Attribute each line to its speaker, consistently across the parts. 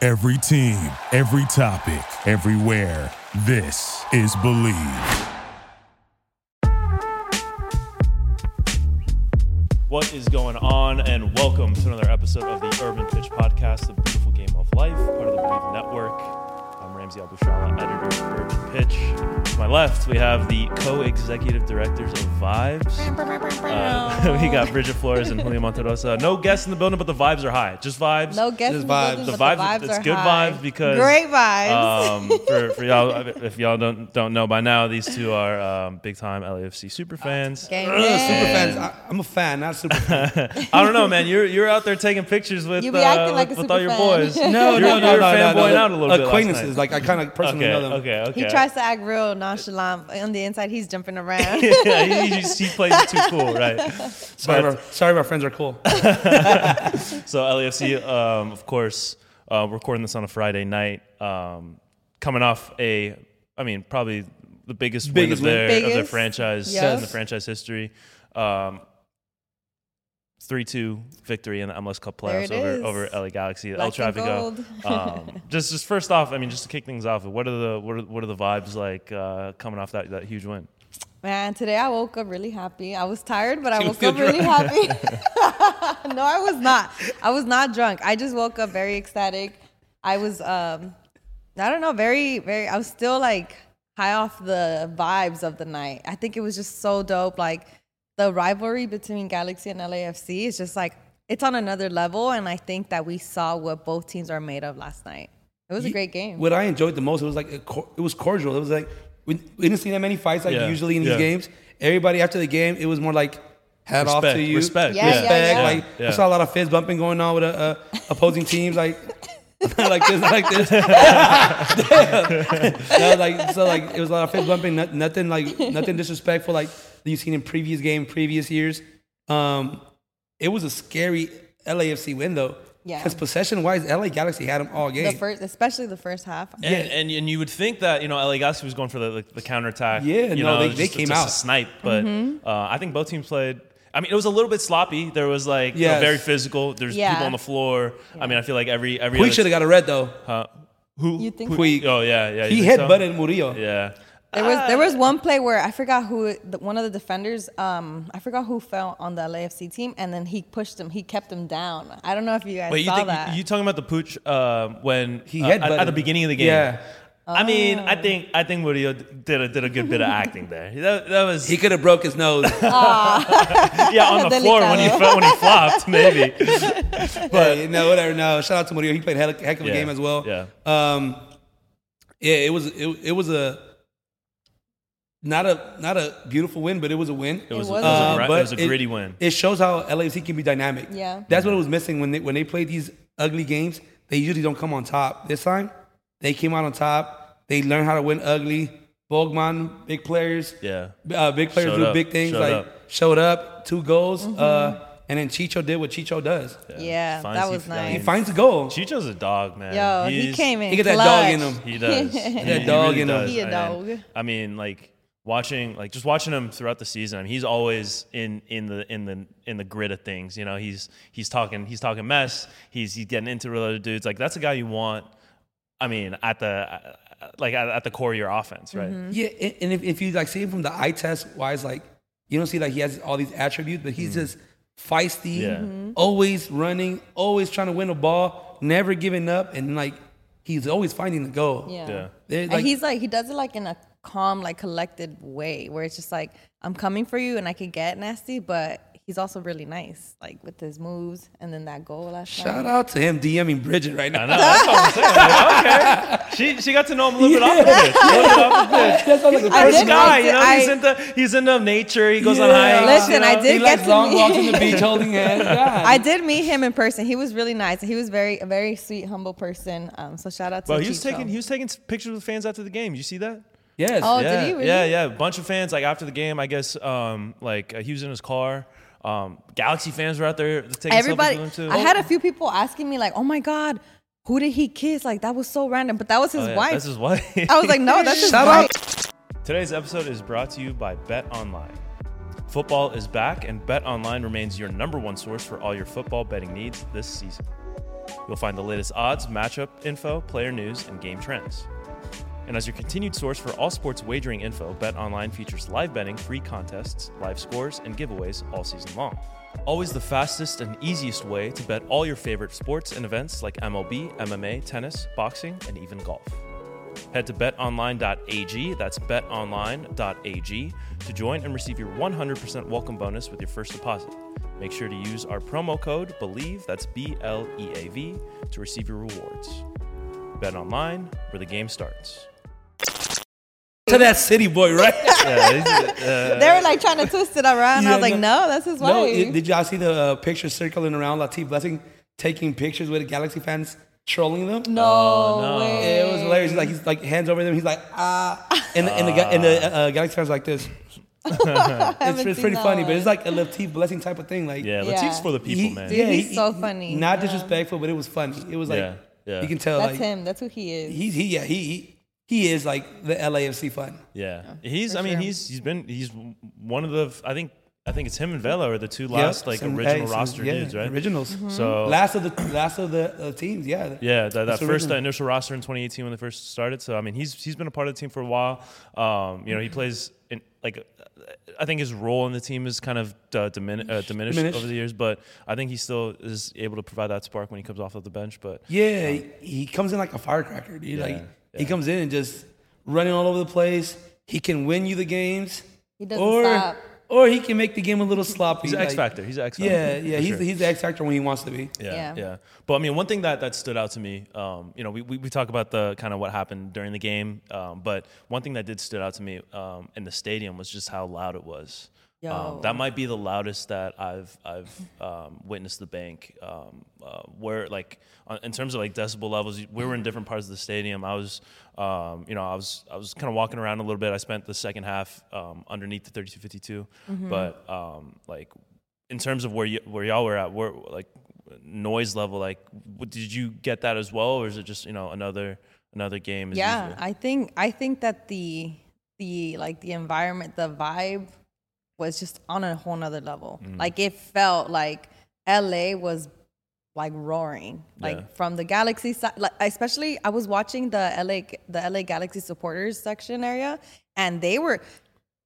Speaker 1: Every team, every topic, everywhere. This is Believe.
Speaker 2: What is going on? And welcome to another episode of the Urban Pitch Podcast, the beautiful game of life, part of the Believe Network. I'm Ramsey Abushala, editor of Urban Pitch. To my left, we have the co-executive directors of Vibes. Uh, we got Bridget Flores and Julia Monterosa. No guests in the building, but the vibes are high. Just vibes.
Speaker 3: No guests. in
Speaker 4: Just
Speaker 3: the building,
Speaker 4: vibes.
Speaker 3: but
Speaker 2: The
Speaker 3: The
Speaker 2: vibes-
Speaker 3: vibes.
Speaker 2: it's
Speaker 3: are
Speaker 2: good
Speaker 3: high.
Speaker 2: vibes because,
Speaker 3: great vibes.
Speaker 2: Um, for, for y'all, if y'all don't don't know by now, these two are um, big time LAFC super fans.
Speaker 3: Gang
Speaker 4: Super
Speaker 3: gang.
Speaker 4: fans. I, I'm a fan, not super fan.
Speaker 2: I don't know, man. You're you're out there taking pictures with
Speaker 3: You be
Speaker 2: uh,
Speaker 3: acting like
Speaker 2: with,
Speaker 3: a
Speaker 2: with all your
Speaker 3: super
Speaker 2: boys.
Speaker 3: fan.
Speaker 2: you're, You're fanboying out a little bit. last
Speaker 4: Acquaintances,
Speaker 2: night.
Speaker 4: like I kind of personally
Speaker 2: okay,
Speaker 4: know them.
Speaker 2: okay, okay.
Speaker 3: He tries to act real nonchalant but on the inside. He's jumping around.
Speaker 2: yeah, he, he, just- he plays it too cool, right?
Speaker 4: Sorry,
Speaker 2: But-
Speaker 4: if our, sorry, if our friends are cool.
Speaker 2: So LAFC, um, of course, uh, recording this on a Friday night, um, coming off a, I mean, probably the biggest,
Speaker 4: Biggest
Speaker 2: win
Speaker 4: win.
Speaker 2: of their, of their
Speaker 3: Biggest.
Speaker 2: franchise
Speaker 3: Yes.
Speaker 2: in the franchise history. Um, 3-2 victory in the MLS Cup
Speaker 3: There it
Speaker 2: playoffs over,
Speaker 3: is.
Speaker 2: over LA Galaxy, El
Speaker 3: Black and
Speaker 2: Trafico. Um, just just first off, I mean, just to kick things off, what are the what are, what are the vibes like uh, coming off that, that huge win?
Speaker 3: Man, today I woke up really happy. I was tired, but I
Speaker 4: You
Speaker 3: woke
Speaker 4: feel
Speaker 3: up really happy. no, I was not. I was not drunk. I just woke up very ecstatic. I was, um, I don't know, very, very. I was still like high off the vibes of the night. I think it was just so dope. Like the rivalry between Galaxy and LAFC is just like it's on another level, and I think that we saw what both teams are made of last night. It was a great game.
Speaker 4: What I enjoyed the most, it was like a cor- it was cordial. It was like we, we didn't see that many fights like
Speaker 2: Yeah,
Speaker 4: usually in these
Speaker 2: yeah.
Speaker 4: games. Everybody after the game, it was more like hat off
Speaker 2: Respect,
Speaker 4: to you,
Speaker 2: respect,
Speaker 3: Yeah, yeah.
Speaker 4: respect.
Speaker 3: yeah, yeah.
Speaker 4: Like
Speaker 2: Yeah, yeah.
Speaker 4: I saw a lot of fist bumping going on with uh, uh, opposing teams, like. like this, like this. No, like so, like it was a lot of fist bumping. Not, nothing like nothing disrespectful, like that you've seen in previous game, previous years. Um, it was a scary LAFC win though.
Speaker 3: Yeah.
Speaker 4: Because possession wise, LA Galaxy had them all game.
Speaker 3: the first, especially the first half.
Speaker 2: And, and and you would think that you know LA Galaxy was going for the the, the counterattack.
Speaker 4: Yeah,
Speaker 2: you
Speaker 4: no,
Speaker 2: know,
Speaker 4: they-
Speaker 2: just,
Speaker 4: they came
Speaker 2: just a
Speaker 4: out.
Speaker 2: snipe. But
Speaker 3: Mm-hmm.
Speaker 2: uh, I think both teams played. I mean, it was a little bit sloppy. There was like you know,
Speaker 4: Yes.
Speaker 2: very physical. There's
Speaker 3: Yeah.
Speaker 2: people on the floor. I mean, I feel like every every
Speaker 4: Puig
Speaker 2: other-
Speaker 4: should have got a red though.
Speaker 2: who
Speaker 3: You think-
Speaker 2: who-
Speaker 4: Puig.
Speaker 2: Oh yeah, yeah.
Speaker 4: He
Speaker 2: you think so?
Speaker 4: headbutted Murillo.
Speaker 2: Yeah.
Speaker 3: There was there was one play where I forgot who it- the, one of the defenders um I forgot who fell on the LAFC team and then he pushed him he kept him down. I don't know if you guys
Speaker 2: Wait, you
Speaker 3: saw
Speaker 2: think
Speaker 3: that.
Speaker 2: you talking about the pooch um, when
Speaker 4: He
Speaker 2: uh, at, at the
Speaker 4: headbutted.
Speaker 2: beginning of the game?
Speaker 4: Yeah.
Speaker 2: I mean,
Speaker 3: Oh.
Speaker 2: I think I think Murillo did a did a good bit of acting there. That, that was
Speaker 4: He could have broke his nose.
Speaker 2: yeah on the floor when he
Speaker 3: Delicado.
Speaker 2: fell, when he flopped maybe.
Speaker 4: but no, whatever. No, shout out to Murillo. He played hell, heck of a
Speaker 2: Yeah,
Speaker 4: game as well.
Speaker 2: yeah.
Speaker 4: Um, yeah, it was it, it was a not a not a beautiful win, but it was a win.
Speaker 2: It
Speaker 4: Uh,
Speaker 2: was,
Speaker 3: was
Speaker 2: it was
Speaker 3: a-
Speaker 2: a, gri- it
Speaker 4: but
Speaker 2: was a gritty win.
Speaker 4: It shows how LAFC can be dynamic.
Speaker 3: Yeah.
Speaker 4: that's what was missing when they when they play these ugly games. They usually don't come on top. This time, they came out on top. They learned how to win ugly. Bogman, big players.
Speaker 2: yeah.
Speaker 4: uh, big players
Speaker 2: Showed
Speaker 4: do
Speaker 2: up.
Speaker 4: big things.
Speaker 2: Showed
Speaker 4: like
Speaker 2: up.
Speaker 4: showed up, two goals,
Speaker 3: Mm-hmm.
Speaker 4: uh, and then Chicho did what Chicho does.
Speaker 3: yeah,
Speaker 2: Finds
Speaker 3: that
Speaker 2: he-
Speaker 3: was
Speaker 2: he
Speaker 3: nice.
Speaker 4: He finds a goal.
Speaker 2: Chicho's a dog, man.
Speaker 3: Yo, he
Speaker 2: He's-
Speaker 3: came in.
Speaker 4: He got that dog in
Speaker 3: clutch.
Speaker 4: him.
Speaker 2: He does. He, he
Speaker 4: dog
Speaker 2: really
Speaker 4: in him.
Speaker 2: does,
Speaker 3: He a
Speaker 2: man.
Speaker 3: dog.
Speaker 2: I mean, like watching, like just watching him throughout the season. I mean, he's always in in the in the in the grit of things. You know, he's he's talking he's talking mess. He's he's getting into with other dudes. Like that's a guy you want. I mean, at the uh, like at, at the core of your offense, right?
Speaker 3: Mm-hmm.
Speaker 4: Yeah, and- and if, if you like see him from the eye test wise, like you don't see like he has all these attributes, but he's just feisty,
Speaker 2: Mm-hmm. Yeah.
Speaker 3: Mm-hmm.
Speaker 2: Mhm.
Speaker 4: always running, always trying to win a ball, never giving up, and like he's always finding the goal.
Speaker 3: Yeah.
Speaker 2: Yeah.
Speaker 4: They're,
Speaker 3: And
Speaker 4: like-
Speaker 3: he's like he does it like in a calm, like collected way where it's just like, I'm coming for you and I could get nasty, but he's also really nice, like with his moves and then that goal last
Speaker 4: Shout
Speaker 3: night.
Speaker 4: out to him DMing Bridget right
Speaker 2: I
Speaker 4: now.
Speaker 2: know. That's what I'm saying. Like, okay, she she got to know him a little bit off the pitch. A little bit off the pitch.
Speaker 4: That sounds like a
Speaker 3: I
Speaker 4: person-
Speaker 2: First
Speaker 3: did
Speaker 2: guy,
Speaker 3: like
Speaker 2: you
Speaker 3: to-
Speaker 2: know, he's
Speaker 3: I-
Speaker 2: into he's into nature. He goes on
Speaker 4: Yeah.
Speaker 2: hikes.
Speaker 3: Listen,
Speaker 2: you know?
Speaker 3: I did
Speaker 4: He
Speaker 3: get
Speaker 4: likes
Speaker 3: to
Speaker 4: long
Speaker 3: meet-
Speaker 4: walks on the beach holding hands. God.
Speaker 3: I Oh, did meet him in person. He was really nice. He was very a very sweet, humble person. Um, so shout out to
Speaker 2: Bro, he was
Speaker 3: Chicho.
Speaker 2: taking he was taking s- pictures with fans after the game. You see that?
Speaker 4: yes.
Speaker 3: Oh,
Speaker 2: yeah,
Speaker 3: did he really?
Speaker 2: yeah, yeah. A bunch of fans like after the game. I guess um, like uh, he was in his car. Um, Galaxy fans were out there taking
Speaker 3: everybody
Speaker 2: selfies with him too.
Speaker 3: i had a few people asking me like oh my god who did he kiss like that was so random but that was his
Speaker 2: Oh, yeah,
Speaker 3: wife
Speaker 2: That's his wife.
Speaker 3: i was like no that's his
Speaker 4: Shout
Speaker 3: wife
Speaker 2: Today's episode is brought to you by Bet Online. Football is back, and Bet Online remains your number one source for all your football betting needs this season. You'll find the latest odds, matchup info, player news, and game trends. And as your continued source for all sports wagering info, BetOnline features live betting, free contests, live scores, and giveaways all season long. Always the fastest and easiest way to bet all your favorite sports and events like MLB, MMA, tennis, boxing, and even golf. Head to betonline.ag, that's betonline.ag, to join and receive your 100% welcome bonus with your first deposit. Make sure to use our promo code BELIEVE, that's B L E A V, to receive your rewards. Bet online, where the game starts.
Speaker 4: To that city boy, right?
Speaker 3: they were like trying to twist it around. I
Speaker 4: Yeah,
Speaker 3: was like, no, that's his
Speaker 4: No,
Speaker 3: wife.
Speaker 4: i- did y'all see the uh, picture circling around Latif Blessing taking pictures with the Galaxy fans, trolling them?
Speaker 3: no,
Speaker 2: no.
Speaker 3: way.
Speaker 4: It was hilarious. He's like he's like hands over them. He's like ah, and the, and the, guy- and the uh, Galaxy fans like this. it's
Speaker 3: haven't
Speaker 4: it's
Speaker 3: seen
Speaker 4: pretty
Speaker 3: that
Speaker 4: funny, but
Speaker 3: one.
Speaker 4: it's like a Latif Blessing type of thing. Like
Speaker 2: Yeah,
Speaker 3: Yeah.
Speaker 2: Latif's for the people,
Speaker 4: he-
Speaker 2: man.
Speaker 3: Dude, he's so funny.
Speaker 4: Not
Speaker 3: Yeah.
Speaker 4: disrespectful, but it was funny. It was like
Speaker 2: Yeah, yeah.
Speaker 4: you can tell
Speaker 3: That's
Speaker 4: like
Speaker 3: him. That's who he is.
Speaker 4: he's he yeah he, he he is like the LAFC fun.
Speaker 2: Yeah, he's.
Speaker 3: for
Speaker 2: I mean,
Speaker 3: sure.
Speaker 2: he's he's been he's one of the. I think I think it's him and Vela are the two last
Speaker 4: Yep.
Speaker 2: like
Speaker 4: Some-
Speaker 2: original
Speaker 4: hey, some-
Speaker 2: roster
Speaker 4: yeah, Mm-hmm.
Speaker 2: dudes, right?
Speaker 4: Originals.
Speaker 3: Mm-hmm.
Speaker 2: So
Speaker 4: Last of the last of the uh, teams, yeah.
Speaker 2: yeah, that, that
Speaker 4: That's
Speaker 2: first
Speaker 4: original.
Speaker 2: initial roster in 2018 when they first started. So I mean, he's he's been a part of the team for a while. Um, you know, he plays in like. I think his role in the team is kind of uh, dimin- uh, diminished,
Speaker 4: Diminished.
Speaker 2: over the years, but I think he still is able to provide that spark when he comes off of the bench. But
Speaker 4: Yeah, he- he comes in like a firecracker, dude. like he
Speaker 2: yeah.
Speaker 4: comes in and just running all over the place. He can win you the games,
Speaker 3: He doesn't
Speaker 4: or
Speaker 3: stop.
Speaker 4: or he can make the game a little sloppy.
Speaker 2: he's an X
Speaker 4: like-
Speaker 2: factor. He's an X factor.
Speaker 4: Yeah, yeah,
Speaker 2: for
Speaker 4: he's
Speaker 2: sure.
Speaker 4: he's the X factor when he wants to be.
Speaker 2: Yeah, yeah.
Speaker 3: Yeah.
Speaker 2: But I mean, one thing that that stood out to me, um, you know, we, we, we talk about the kind of what happened during the game, um, but one thing that did stood out to me um, in the stadium was just how loud it was. Um,
Speaker 3: Yo.
Speaker 2: that might be the loudest that I've I've um, witnessed the bank. Um, uh, where like on, in terms of like decibel levels, we were in different parts of the stadium. I was, um, you know, I was I was kind of walking around a little bit. I spent the second half um, underneath the 3252, but um, like in terms of where you where y'all were at, where like noise level, like w- did you get that as well, or is it just you know another another game? As
Speaker 3: yeah
Speaker 2: usual?
Speaker 3: i think i think that the the like the environment the vibe was just on a whole nother level
Speaker 2: Mm.
Speaker 3: like it felt like la was like roaring like
Speaker 2: Yeah.
Speaker 3: from the galaxy side like especially i was watching the la the la galaxy supporters section area and they were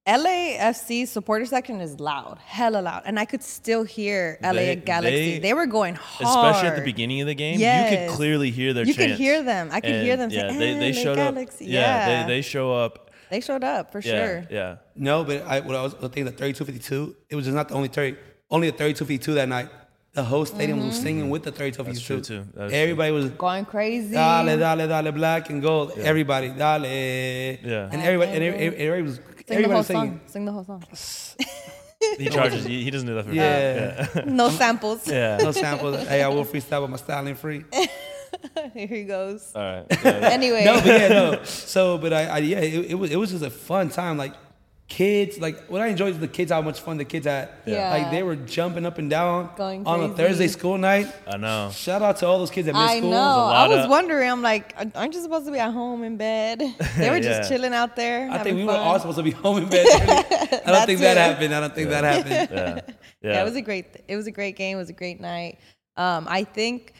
Speaker 3: LAFC supporter section is loud, hella loud, and I could still hear LA
Speaker 2: They-
Speaker 3: Galaxy.
Speaker 2: they-
Speaker 3: They, were going hard,
Speaker 2: especially at the beginning of the game. You
Speaker 3: Yes.
Speaker 2: could clearly hear their.
Speaker 3: You could
Speaker 2: chants.
Speaker 3: hear them. I could hear them say,
Speaker 2: Yeah, they, they
Speaker 3: "LA
Speaker 2: showed
Speaker 3: Galaxy."
Speaker 2: up. Yeah,
Speaker 3: Yeah.
Speaker 2: they, they show up.
Speaker 3: They showed up for
Speaker 2: Yeah,
Speaker 3: sure.
Speaker 2: yeah.
Speaker 4: No, but I what I was thinking the thirty two fifty two. It was just not the only thirty, only the thirty two fifty two that night. The whole stadium
Speaker 3: Mm-hmm.
Speaker 4: was singing with the thirty two fifty two.
Speaker 2: That's true, too. That is true.
Speaker 4: Everybody was
Speaker 3: Going crazy.
Speaker 4: Dale, dale, dale, black and gold. Everybody, dale.
Speaker 2: Yeah.
Speaker 4: And everybody, and every- everybody was,
Speaker 3: Sing the
Speaker 4: everybody
Speaker 3: whole
Speaker 4: was singing.
Speaker 3: song. Sing the whole song.
Speaker 2: He charges. he, he doesn't do that for
Speaker 4: Yeah.
Speaker 3: No samples.
Speaker 2: Yeah.
Speaker 4: No samples. hey, I will freestyle with my styling free.
Speaker 3: Here he goes.
Speaker 2: All right. Yeah.
Speaker 3: Anyway,
Speaker 4: No, but Oh, yeah, no. So, but I, I yeah, it, it was, it was just a fun time. Like kids, like what I enjoyed is the kids, how much fun the kids had.
Speaker 3: Yeah.
Speaker 4: Like they were jumping up and down
Speaker 3: Going
Speaker 4: on a
Speaker 3: crazy.
Speaker 4: Thursday school night.
Speaker 2: I know.
Speaker 4: Shout out to all those kids that missed
Speaker 3: I
Speaker 4: school.
Speaker 3: know. I
Speaker 2: lot
Speaker 3: was
Speaker 2: of-
Speaker 3: wondering. I'm like, aren't you supposed to be at home in bed? They were just
Speaker 2: Yeah.
Speaker 3: chilling out there.
Speaker 4: I think we
Speaker 3: having
Speaker 4: were
Speaker 3: fun.
Speaker 4: all supposed to be home in bed. I don't think that
Speaker 3: it.
Speaker 4: happened. I don't think that happened.
Speaker 2: Yeah. Yeah.
Speaker 3: Yeah, it was a great. It was a great game. It was a great night. Um, I think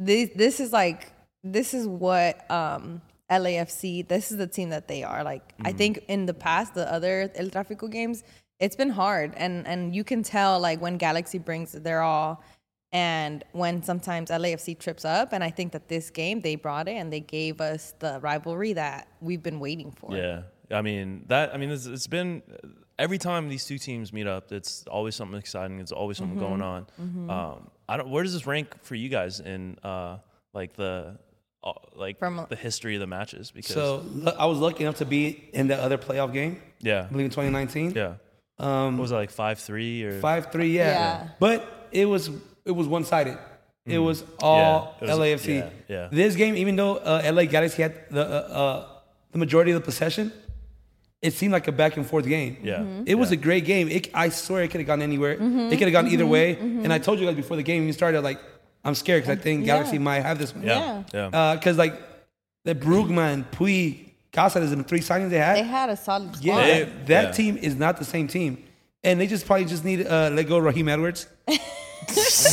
Speaker 3: this this is like this is what um, LAFC. This is the team that they are. Like I
Speaker 2: Mm-hmm.
Speaker 3: think in the past, the other El Tráfico games, it's been hard, and and you can tell like when Galaxy brings their all, and when sometimes LAFC trips up. And I think that this game they brought it and they gave us the rivalry that we've been waiting for.
Speaker 2: Yeah, I mean that. I mean, it's, it's been every time these two teams meet up, it's always something exciting. It's always something
Speaker 3: Mm-hmm.
Speaker 2: going on. Um, I don't. Where does this rank for you guys in uh, like the uh, like
Speaker 3: From-
Speaker 2: the history of the matches? Because
Speaker 4: So lu- I was lucky enough to be in that other playoff game.
Speaker 2: yeah,
Speaker 4: I believe in 2019.
Speaker 2: yeah. what was it like five three or
Speaker 4: Five three, yeah.
Speaker 3: Yeah.
Speaker 4: But it was it was one sided. It was all
Speaker 2: Mm. Yeah, it was-
Speaker 4: LAFC.
Speaker 2: yeah, yeah.
Speaker 4: This game, even though uh, LA Galaxy had the uh, uh, the majority of the possession, it seemed like a back and forth game.
Speaker 2: Yeah, Mhm.
Speaker 4: It was
Speaker 2: yeah.
Speaker 4: a great game. It, I swear it could have gone anywhere. It could have gone either way. And I told you guys before the game even started, like I'm scared because I think Galaxy might have this one.
Speaker 2: Yeah, yeah,
Speaker 3: Uh,
Speaker 4: Because like the Brugman, Puig, Casas, the three signings they had.
Speaker 3: They had a solid squad.
Speaker 4: Yeah,
Speaker 2: They-
Speaker 4: that, that
Speaker 2: yeah.
Speaker 4: team is not the same team, and they just probably just need uh, let go of Raheem Edwards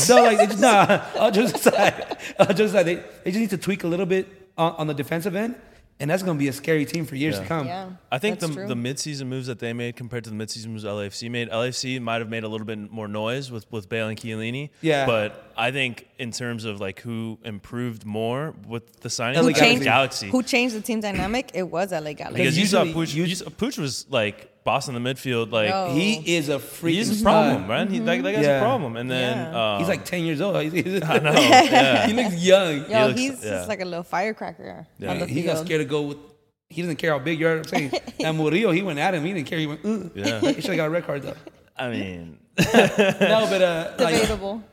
Speaker 4: no, like they just, nah. I'll just side. I'll just side. They, they just need to tweak a little bit on, on the defensive end, and that's going to be a scary team for years
Speaker 2: Yeah.
Speaker 4: to come.
Speaker 3: Yeah.
Speaker 2: I think the,
Speaker 3: that's
Speaker 2: the
Speaker 3: true.
Speaker 2: midseason moves that they made compared to the midseason moves LAFC made, LAFC might have made a little bit more noise with, with Bale and Chiellini.
Speaker 4: Yeah.
Speaker 2: But I think in terms of like who improved more with the signing,
Speaker 4: LA
Speaker 2: I
Speaker 3: who
Speaker 2: think
Speaker 3: changed,
Speaker 4: Galaxy.
Speaker 2: Galaxy.
Speaker 3: who changed the team dynamic? It was LA Galaxy.
Speaker 2: because you saw
Speaker 4: usually
Speaker 2: Pooch,
Speaker 4: you-
Speaker 2: you saw- Pooch was like boss in the midfield. Like
Speaker 3: Yo.
Speaker 4: He is a freaking Mm-hmm.
Speaker 2: he's a
Speaker 4: stud.
Speaker 2: problem, man. He, that, that guy's
Speaker 4: Yeah.
Speaker 2: a problem. And then
Speaker 3: Yeah.
Speaker 2: um,
Speaker 4: He's like ten years old. He's-
Speaker 2: yeah.
Speaker 4: he looks young.
Speaker 3: Yo,
Speaker 2: looks-
Speaker 3: he's
Speaker 2: yeah.
Speaker 3: just like a little firecracker
Speaker 2: Yeah.
Speaker 3: on the
Speaker 4: He's not
Speaker 3: field.
Speaker 4: scared to go with. He doesn't care how big you are. I'm saying that Murillo, he went at him. He didn't care. He went. Ugh.
Speaker 2: Yeah.
Speaker 4: he should have got a red card though.
Speaker 2: I mean,
Speaker 4: No, but uh, like,
Speaker 3: Debatable.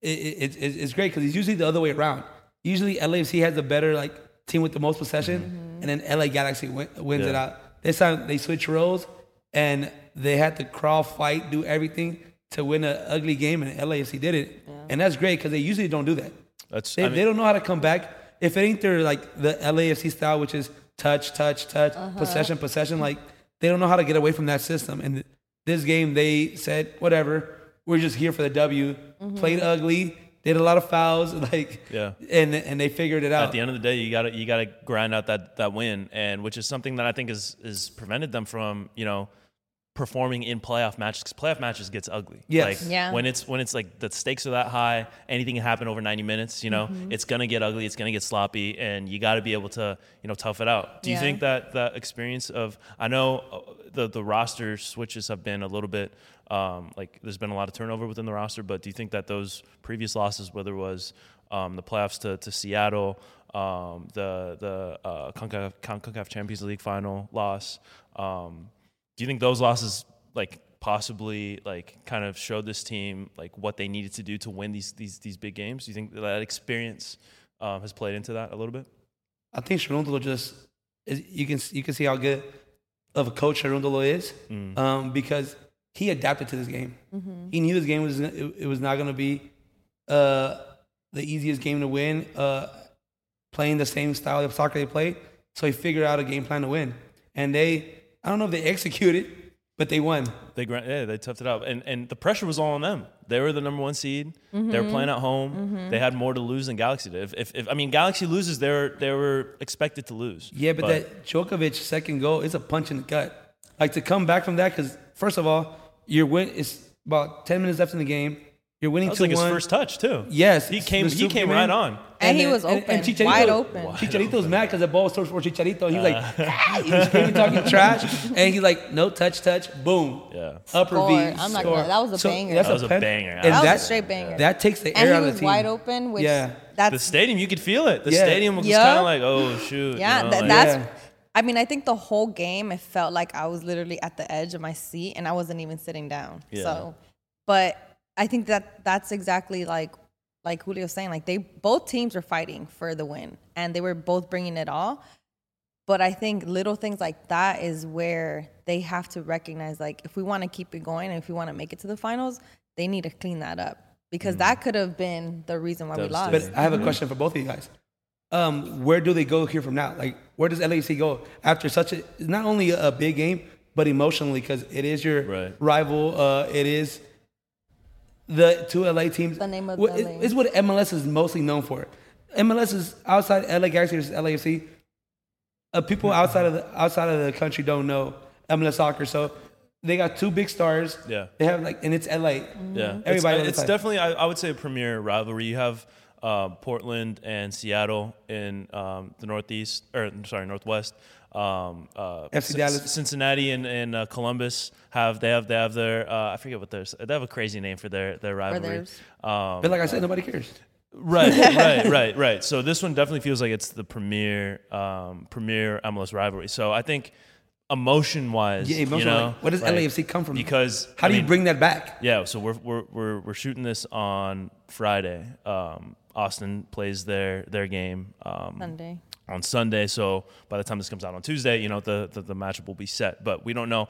Speaker 4: it, it, it, it's great because it's usually the other way around. Usually LAFC has the better like team with the most possession, and then LA Galaxy win, wins it
Speaker 2: Yeah.
Speaker 4: out. This time they switch roles, and they had to crawl, fight, do everything to win an ugly game, and LAFC did it, and that's great because they usually don't do that.
Speaker 2: that's
Speaker 4: They,
Speaker 2: I mean,
Speaker 4: they don't know how to come back. If it ain't their like the LAFC style, which is touch, touch, touch, possession, possession, like they don't know how to get away from that system. And th- this game, they said, whatever, we're just here for the W. Played ugly, did a lot of fouls, like
Speaker 2: Yeah.
Speaker 4: and and they figured it out.
Speaker 2: at the end of the day, you gotta you gotta grind out that that win, and which is something that I think is is prevented them from you know performing in playoff matches. 'cause playoff matches gets ugly.
Speaker 4: Yes.
Speaker 2: Like,
Speaker 3: Yeah.
Speaker 2: When it's when it's like the stakes are that high, anything can happen over ninety minutes. You know, it's gonna get ugly. It's gonna get sloppy, and you gotta be able to you know tough it out. Do you
Speaker 3: Yeah.
Speaker 2: think that that experience of I know uh, the the roster switches have been a little bit. Um, like there's been a lot of turnover within the roster, but do you think that those previous losses, whether it was um, the playoffs to, to Seattle, um, the the uh, CONCACAF, CONCACAF Champions League final loss, um, do you think those losses like possibly like kind of showed this team like what they needed to do to win these these these big games? Do you think that experience um, has played into that a little bit?
Speaker 4: I think Cherundolo just is, you can you can see how good of a coach Cherundolo is um, because he adapted to this game. He knew this game was it, it was not going to be uh, the easiest game to win, uh, playing the same style of soccer they played. So he figured out a game plan to win, and they I don't know if they executed, but they won.
Speaker 2: They gra- yeah, they toughed it out, and and the pressure was all on them. They were the number one seed.
Speaker 3: Mm-hmm.
Speaker 2: They were playing at home. They had more to lose than Galaxy did. If, if, if I mean Galaxy loses, they were they were expected to lose.
Speaker 4: Yeah, but, that Djokovic second goal is a punch in the gut. Like to come back from that, because first of all, you're win. It's about ten minutes left in the game. You're winning
Speaker 2: that was
Speaker 4: two
Speaker 2: like his
Speaker 4: one.
Speaker 2: first touch too.
Speaker 4: Yes,
Speaker 2: he
Speaker 4: the
Speaker 2: came he came
Speaker 4: Superman.
Speaker 2: right on.
Speaker 3: And he
Speaker 4: then-
Speaker 3: was open,
Speaker 4: Chicharito-
Speaker 3: wide open.
Speaker 2: Wide Uh.
Speaker 4: Chicharito's mad because the ball was thrown for Chicharito. He's like, ah, he was screaming, talking trash, and he's like, no touch, touch, boom,
Speaker 2: Yeah.
Speaker 4: upper V.
Speaker 3: Score. I'm not
Speaker 4: score.
Speaker 3: gonna- that was a
Speaker 4: So
Speaker 3: banger.
Speaker 4: that's
Speaker 2: That was a
Speaker 4: pen-
Speaker 2: banger.
Speaker 4: and
Speaker 2: That
Speaker 3: That was
Speaker 4: that-
Speaker 3: a straight banger.
Speaker 4: That takes the
Speaker 3: and
Speaker 4: air
Speaker 3: he
Speaker 4: out of
Speaker 3: was
Speaker 4: the team.
Speaker 3: wide open, which
Speaker 4: Yeah.
Speaker 2: The
Speaker 3: that's
Speaker 2: stadium, you could feel it. The
Speaker 4: Yeah.
Speaker 2: stadium was
Speaker 3: Yeah.
Speaker 2: kind of like, oh shoot.
Speaker 3: yeah,
Speaker 2: you know,
Speaker 3: tha-
Speaker 2: like-
Speaker 3: that's.
Speaker 4: Yeah.
Speaker 3: I mean, I think the whole game it felt like I was literally at the edge of my seat and I wasn't even sitting down.
Speaker 2: Yeah.
Speaker 3: So, but I think that that's exactly like like Julio was saying. Like they both teams were fighting for the win and they were both bringing it all. But I think little things like that is where they have to recognize like if we want to keep it going and if we want to make it to the finals, they need to clean that up
Speaker 2: Mm.
Speaker 3: because that could have been the reason why we lost.
Speaker 2: Devastating.
Speaker 4: But I have a question for both of you guys. Um, where do they go here from now? Like, where does LAC go after such a not only a big game, but emotionally because it is your
Speaker 2: Right.
Speaker 4: rival. Uh, it is the two LA teams.
Speaker 3: The name of
Speaker 4: Wh-
Speaker 3: LA.
Speaker 4: It's what MLS is mostly known for. MLS is outside LA Galaxy versus LAFC. Uh, people
Speaker 2: Mm-hmm.
Speaker 4: outside of the outside of the country don't know MLS soccer, so they got two big stars.
Speaker 2: Yeah.
Speaker 4: they have like, and it's LA.
Speaker 2: Yeah,
Speaker 4: Mm-hmm. Everybody on
Speaker 2: It's, uh,
Speaker 4: the
Speaker 2: it's
Speaker 4: side.
Speaker 2: definitely. I, I would say a premier rivalry. You have uh, Portland and Seattle in um, the Northeast, or I'm sorry, Northwest. Um, uh,
Speaker 4: FC
Speaker 2: Cin-
Speaker 4: Dallas.
Speaker 2: Cincinnati, and, and uh, Columbus have they have they have their uh, I forget what their they have a crazy name for their their rivalry.
Speaker 3: theirs.
Speaker 2: Um,
Speaker 4: But like I said, nobody cares.
Speaker 2: Right, right, right, right. So this one definitely feels like it's the premier, um, premier MLS rivalry. So I think emotion wise,
Speaker 4: Yeah, emotion-wise.
Speaker 2: you know,
Speaker 4: Where does
Speaker 2: like,
Speaker 4: LAFC come from?
Speaker 2: Because
Speaker 4: How
Speaker 2: I
Speaker 4: do you
Speaker 2: mean,
Speaker 4: bring that back?
Speaker 2: Yeah, so we're we're we're, we're shooting this on Friday. Um, Austin plays their their game um,
Speaker 3: Sunday.
Speaker 2: on Sunday. So by the time this comes out on Tuesday, you know the, the the matchup will be set. But we don't know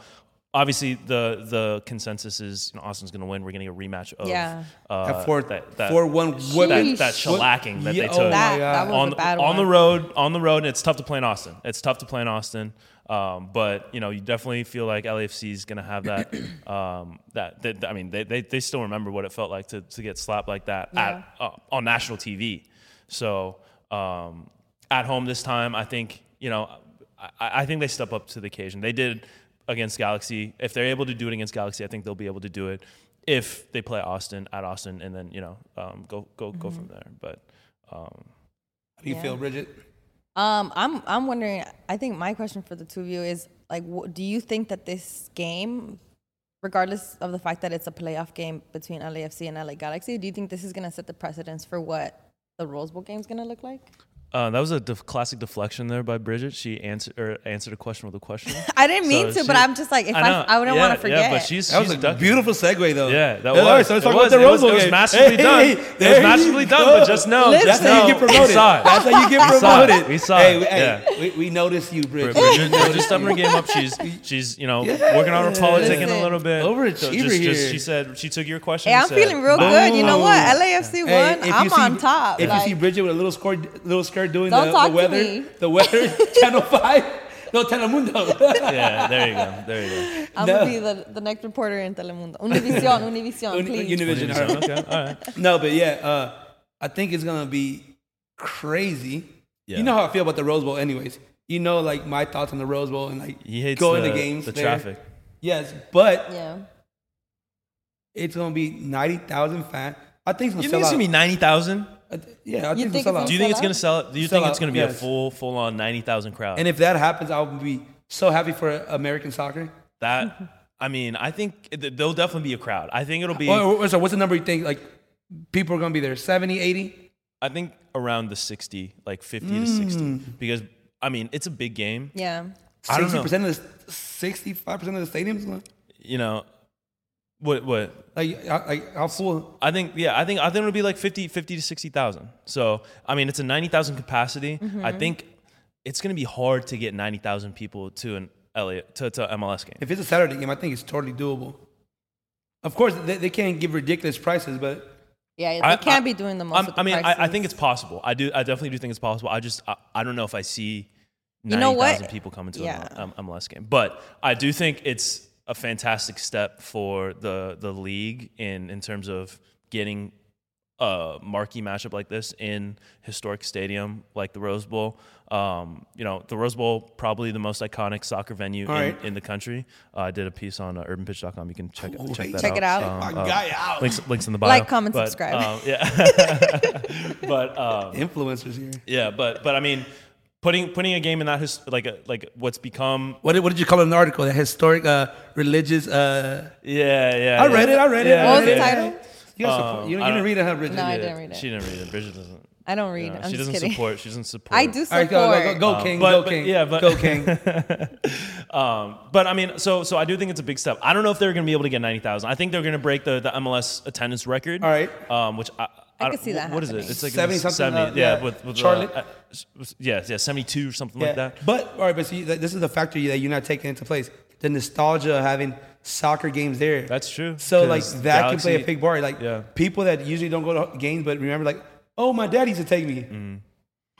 Speaker 2: obviously the the consensus is you know, Austin's going to win. We're getting a rematch of
Speaker 3: Yeah.
Speaker 2: uh,
Speaker 4: That four-
Speaker 2: that, that,
Speaker 4: 4-1
Speaker 2: that,
Speaker 4: whipping.
Speaker 2: that
Speaker 3: Sheesh.
Speaker 2: shellacking that
Speaker 4: Yeah,
Speaker 2: they
Speaker 4: oh
Speaker 2: took
Speaker 4: my
Speaker 3: That,
Speaker 4: God.
Speaker 3: that was
Speaker 2: on
Speaker 3: a bad
Speaker 2: on
Speaker 3: one.
Speaker 2: the road on the road. And it's tough to play in Austin. It's tough to play in Austin. Um, but you know, you definitely feel like LAFC is going to have that. Um, that, that I mean, they, they they still remember what it felt like to to get slapped like that at uh, on national TV. So um, at home this time, I think you know, I, I think they step up to the occasion. They did against Galaxy. If they're able to do it against Galaxy, I think they'll be able to do it if they play Austin at Austin, and then you know, um, go go go from
Speaker 3: Mm-hmm.
Speaker 2: there. But um,
Speaker 4: How do you feel, Bridget?
Speaker 3: Um, I'm I'm wondering. I think my question for the two of you is like, wh- do you think that this game, regardless of the fact that it's a playoff game between LAFC and LA Galaxy, do you think this is gonna set the precedence for what the Rose Bowl game's gonna look like?
Speaker 2: Uh, that was a def- classic deflection there by Bridget. She answered or answered a question with a question.
Speaker 3: I didn't mean
Speaker 2: So
Speaker 3: to, but
Speaker 2: she-
Speaker 3: I'm just like, if I,
Speaker 2: know.
Speaker 3: I, wouldn't
Speaker 2: Yeah,
Speaker 3: want to forget.
Speaker 2: Yeah, but she's
Speaker 4: That was
Speaker 2: she's
Speaker 4: a
Speaker 2: ducking.
Speaker 4: beautiful segue, though.
Speaker 2: Yeah, that
Speaker 4: All right,
Speaker 2: was.
Speaker 4: so let's
Speaker 2: it
Speaker 4: talk
Speaker 2: was,
Speaker 4: about the
Speaker 2: it was,
Speaker 4: Rose Bowl
Speaker 2: it was
Speaker 4: game.
Speaker 2: masterfully
Speaker 4: Hey,
Speaker 2: done. It was
Speaker 4: there
Speaker 2: masterfully
Speaker 4: you
Speaker 2: done, but
Speaker 4: go.
Speaker 2: just know,
Speaker 3: Listen.
Speaker 2: just
Speaker 4: That's how
Speaker 2: know,
Speaker 4: you get promoted.
Speaker 2: we saw it.
Speaker 4: That's how you
Speaker 2: We
Speaker 4: get
Speaker 2: saw it.
Speaker 4: promoted.
Speaker 2: We saw
Speaker 4: hey,
Speaker 2: it.
Speaker 4: Hey,
Speaker 2: Yeah.
Speaker 4: we, we noticed you, Bridget.
Speaker 2: Bridget, just stepping her game up. She's she's you know working on her politicking a
Speaker 3: Listen.
Speaker 2: little bit.
Speaker 4: Overachiever
Speaker 2: So just, just
Speaker 4: here.
Speaker 2: she said she took your question.
Speaker 3: Hey,
Speaker 2: and
Speaker 3: I'm
Speaker 2: said,
Speaker 3: feeling real
Speaker 2: "Boom."
Speaker 3: good. You know what?
Speaker 4: Boom.
Speaker 3: LAFC
Speaker 4: Hey,
Speaker 3: won.
Speaker 4: if you
Speaker 3: I'm
Speaker 4: see-
Speaker 3: on top.
Speaker 4: If
Speaker 3: like,
Speaker 4: you see Bridget with a little skirt, little skirt doing
Speaker 3: Don't
Speaker 4: the,
Speaker 3: talk
Speaker 4: the
Speaker 3: to
Speaker 4: weather,
Speaker 3: me.
Speaker 4: the weather, Channel Five, no Channel Mundo.
Speaker 2: Yeah, there you go. There you go.
Speaker 3: I'm
Speaker 4: no.
Speaker 3: gonna be the, the next reporter in Telemundo. Univision, Univision,
Speaker 4: Uni-
Speaker 3: please.
Speaker 4: Univision. all right.
Speaker 2: Okay, all right.
Speaker 4: No, but yeah, uh, I think it's gonna be crazy.
Speaker 2: Yeah.
Speaker 4: You know how I feel about the Rose Bowl, anyways. You know, like my thoughts on the Rose Bowl and like
Speaker 2: He hates
Speaker 4: going
Speaker 2: the,
Speaker 4: to games,
Speaker 2: the
Speaker 4: there.
Speaker 2: traffic.
Speaker 4: Yes, but
Speaker 3: Yeah.
Speaker 4: it's gonna be ninety thousand fans. I think it's
Speaker 2: You
Speaker 4: gonna
Speaker 2: think it's
Speaker 4: sell
Speaker 2: gonna be
Speaker 4: out.
Speaker 2: ninety thousand?
Speaker 4: I th- Yeah, I
Speaker 3: You
Speaker 4: think,
Speaker 3: think
Speaker 4: it's gonna
Speaker 3: it's
Speaker 4: sell out.
Speaker 2: Do you think it's
Speaker 3: Sell out?
Speaker 2: gonna sell? Do you
Speaker 4: Sell
Speaker 2: think it's
Speaker 4: out,
Speaker 2: gonna be a
Speaker 4: yes.
Speaker 2: full full on ninety thousand crowd?
Speaker 4: And if that happens, I will be so happy for uh, American soccer.
Speaker 2: That I mean, I think th- there'll definitely be a crowd. I think it'll be.
Speaker 4: Or, or- so what's the number you think? Like people are gonna be there? 70, 80?
Speaker 2: I think around the sixty, like fifty
Speaker 4: Mm.
Speaker 2: to sixty, because I mean, it's a big game.
Speaker 3: Yeah.
Speaker 2: I don't know.
Speaker 4: 60% of the 65% of the stadiums gonna-
Speaker 2: You know, what what
Speaker 4: like I- like how full
Speaker 2: I think yeah, I think I think it'll be like 50, 50 to sixty thousand. So I mean, it's a ninety thousand capacity. I think it's gonna be hard to get ninety thousand people to an LA to, to a MLS game.
Speaker 4: if it's a Saturday game, I think it's totally doable. Of course, they, they can't give ridiculous prices, but
Speaker 3: Yeah, they
Speaker 2: I-
Speaker 3: can't
Speaker 2: I-
Speaker 3: be doing the most.
Speaker 2: I'm-
Speaker 3: with
Speaker 2: I
Speaker 3: the
Speaker 2: mean, I, I
Speaker 3: prices.
Speaker 2: think it's possible. I do. I definitely do think it's possible. I just I, I don't know if I see
Speaker 3: You know
Speaker 2: ninety
Speaker 3: what?
Speaker 2: thousand people coming to
Speaker 3: Yeah.
Speaker 2: an um, M- MLS game, but I do think it's a fantastic step for the the league in in terms of getting a marquee matchup like this in historic stadium like the Rose Bowl. Um, you know, the Rose Bowl probably the most iconic soccer venue in,
Speaker 4: All right.
Speaker 2: in the country. Uh, I did a piece on uh, urbanpitch.com. You can check check that
Speaker 3: Check
Speaker 2: out.
Speaker 3: it out.
Speaker 2: Um,
Speaker 4: my guy out.
Speaker 2: links links in the bio.
Speaker 3: Like, comment,
Speaker 2: But,
Speaker 3: subscribe.
Speaker 2: um, yeah, but
Speaker 4: Oh.
Speaker 2: um,
Speaker 4: influencers here.
Speaker 2: yeah, but but I mean, putting putting a game in that his, like a, like what's become.
Speaker 4: What did, what did you call an article? That historic uh, religious. Uh,
Speaker 2: Yeah, yeah.
Speaker 4: I
Speaker 2: yeah.
Speaker 4: read it. I read it.
Speaker 2: Yeah,
Speaker 4: I
Speaker 3: What was
Speaker 4: read
Speaker 3: the
Speaker 4: it.
Speaker 3: title?
Speaker 4: You, gotta support- you, you
Speaker 2: I
Speaker 4: didn't
Speaker 2: don't-
Speaker 4: read it, huh, Bridget?
Speaker 3: No, I
Speaker 2: Yeah,
Speaker 3: didn't read it.
Speaker 2: She didn't read it. Bridget doesn't.
Speaker 3: I don't read.
Speaker 2: no,
Speaker 3: I'm
Speaker 2: she
Speaker 3: just
Speaker 2: doesn't
Speaker 3: kidding.
Speaker 2: support. She doesn't support.
Speaker 3: I do
Speaker 4: All right,
Speaker 3: support.
Speaker 4: go, go, go, go King,
Speaker 2: but-
Speaker 4: go
Speaker 2: but-
Speaker 4: King,
Speaker 2: yeah, but-
Speaker 4: go King.
Speaker 2: Um, but I mean, so so I do think it's a big step. I don't know if they're going to be able to get ninety thousand. I think they're going to break the, the MLS attendance record.
Speaker 4: All right.
Speaker 2: Um, which I.
Speaker 3: I
Speaker 2: I
Speaker 3: could
Speaker 2: don't-
Speaker 3: see that
Speaker 2: What is
Speaker 3: happening.
Speaker 2: it? It's like
Speaker 4: 70 something, uh,
Speaker 2: yeah,
Speaker 4: yeah.
Speaker 2: with, with uh,
Speaker 4: Charlotte?
Speaker 2: uh, yeah, yeah, seventy-two or something like that.
Speaker 4: But all right, but see, th- this is the factor that you're not taking into place. The nostalgia of having soccer games there.
Speaker 2: That's true,
Speaker 4: So like
Speaker 2: 'cause
Speaker 4: that can play a
Speaker 2: Galaxy-
Speaker 4: big part. Like
Speaker 2: yeah.
Speaker 4: people that usually don't go to games, but remember, like, oh, my dad used to take me.
Speaker 2: Mm-hmm.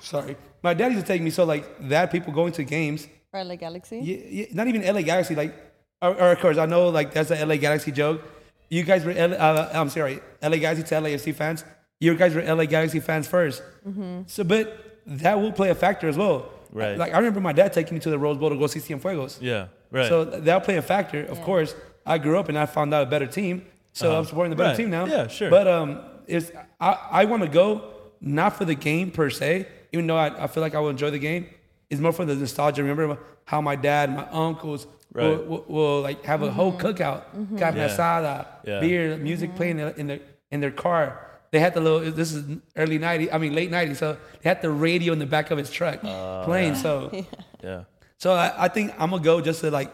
Speaker 4: Sorry, my dad used to take me. So like that people going to games,
Speaker 3: Red Light Galaxy.
Speaker 4: y y- not even LA Galaxy. Like, or, or of course, I know like that's the LA Galaxy joke. You guys were, L- uh, I'm sorry, LA Galaxy to LAFC fans. You guys were LA Galaxy fans 1st So, but that will play a factor as well.
Speaker 2: Right.
Speaker 4: Like I remember my dad taking me to the Rose Bowl to go see Cienfuegos.
Speaker 2: Yeah, right.
Speaker 4: So that'll play a factor. Of course, I grew up and I found out a better team, so I'm supporting the better
Speaker 2: Uh-huh. Right.
Speaker 4: team now.
Speaker 2: Yeah, sure.
Speaker 4: But um, it's I, I want to go not for the game per se, even though I, I feel like I will enjoy the game. It's more for the nostalgia. Remember how my dad, my uncles will,
Speaker 2: Right.
Speaker 4: will, will, like have a whole cookout, carne
Speaker 2: Yeah.
Speaker 4: asada,
Speaker 2: Yeah.
Speaker 4: beer, music playing in their, in their in their car. They had the little. This is early '90s. I mean late '90s. So they had the radio in the
Speaker 2: Oh,
Speaker 4: back of his truck playing. So.
Speaker 2: yeah.
Speaker 4: So I, I think I'm gonna go just to like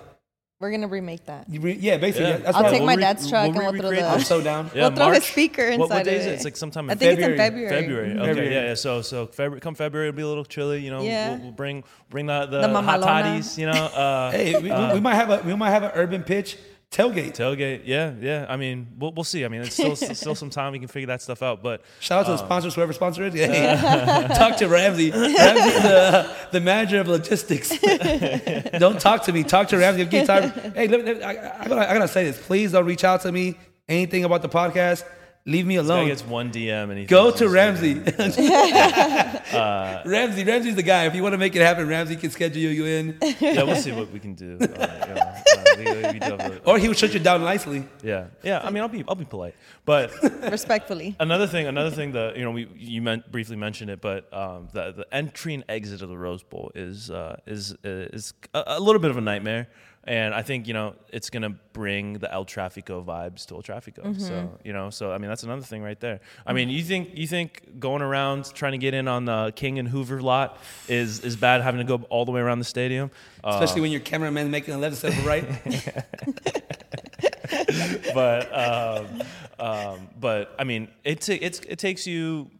Speaker 3: We're gonna remake that.
Speaker 4: You re- yeah, basically.
Speaker 2: Yeah.
Speaker 4: Yeah. That's
Speaker 3: I'll
Speaker 4: what I-
Speaker 3: take my
Speaker 2: re-
Speaker 3: dad's truck
Speaker 2: we'll
Speaker 3: and we'll throw
Speaker 2: recreate
Speaker 3: the.
Speaker 2: that.
Speaker 4: I'm so down.
Speaker 2: Yeah,
Speaker 3: we'll throw his
Speaker 2: March.
Speaker 3: speaker inside.
Speaker 2: What- what day
Speaker 3: of
Speaker 2: is it?
Speaker 3: it.
Speaker 2: It's like sometime
Speaker 3: I
Speaker 2: in
Speaker 3: think it's in
Speaker 4: February.
Speaker 3: February.
Speaker 2: February. Okay,
Speaker 4: February.
Speaker 2: yeah, yeah. So so February, come February, it'll be a little chilly, you know.
Speaker 3: Yeah.
Speaker 2: We'll, we'll bring bring out the,
Speaker 3: The
Speaker 2: hot
Speaker 3: mamalona.
Speaker 2: toddies, you know. Uh,
Speaker 4: Hey, we, we- we might have a we might have an urban pitch tailgate.
Speaker 2: tailgate. Yeah, yeah. I mean, we'll, we'll see. I mean, it's still it's still some time. We can figure that stuff out. But
Speaker 4: Shout out to the sponsors, whoever sponsor is. talk to Ramsey. Ramsey's the, the manager of logistics. don't talk to me. Talk to Ramsey. Get time. Hey, let me, let me- I, I, gotta, I gotta say this. Please don't reach out to me. Anything about the podcast, leave me
Speaker 2: I
Speaker 4: alone.
Speaker 2: guess one DM and he
Speaker 4: Go
Speaker 2: thinks
Speaker 4: to
Speaker 2: he's-
Speaker 4: Ramsey.
Speaker 2: Uh,
Speaker 4: Ramsey, Ramsey's the guy. If you want to make it happen, Ramsey can schedule you in,
Speaker 2: Yeah, we'll see what we can do. Uh, yeah, uh, we, we do have a-
Speaker 4: or he will shut you down nicely.
Speaker 2: yeah, yeah. I mean, I'll be I'll be polite, but
Speaker 3: Respectfully.
Speaker 2: Another thing, another thing that you know, we you meant briefly mentioned it, but um, the the entry and exit of the Rose Bowl is uh, is is a, a little bit of a nightmare, and I think you know it's gonna bring the El Tráfico vibes to El Tráfico. So you know, so I mean that's another thing right there. I mean, you think you think going around trying to get in on the King and Hoover lot is is bad having to go all the way around the stadium, Uh,
Speaker 4: Especially when your cameraman making a left instead of a right.
Speaker 2: but um, um, but I mean, it ta- it's it takes you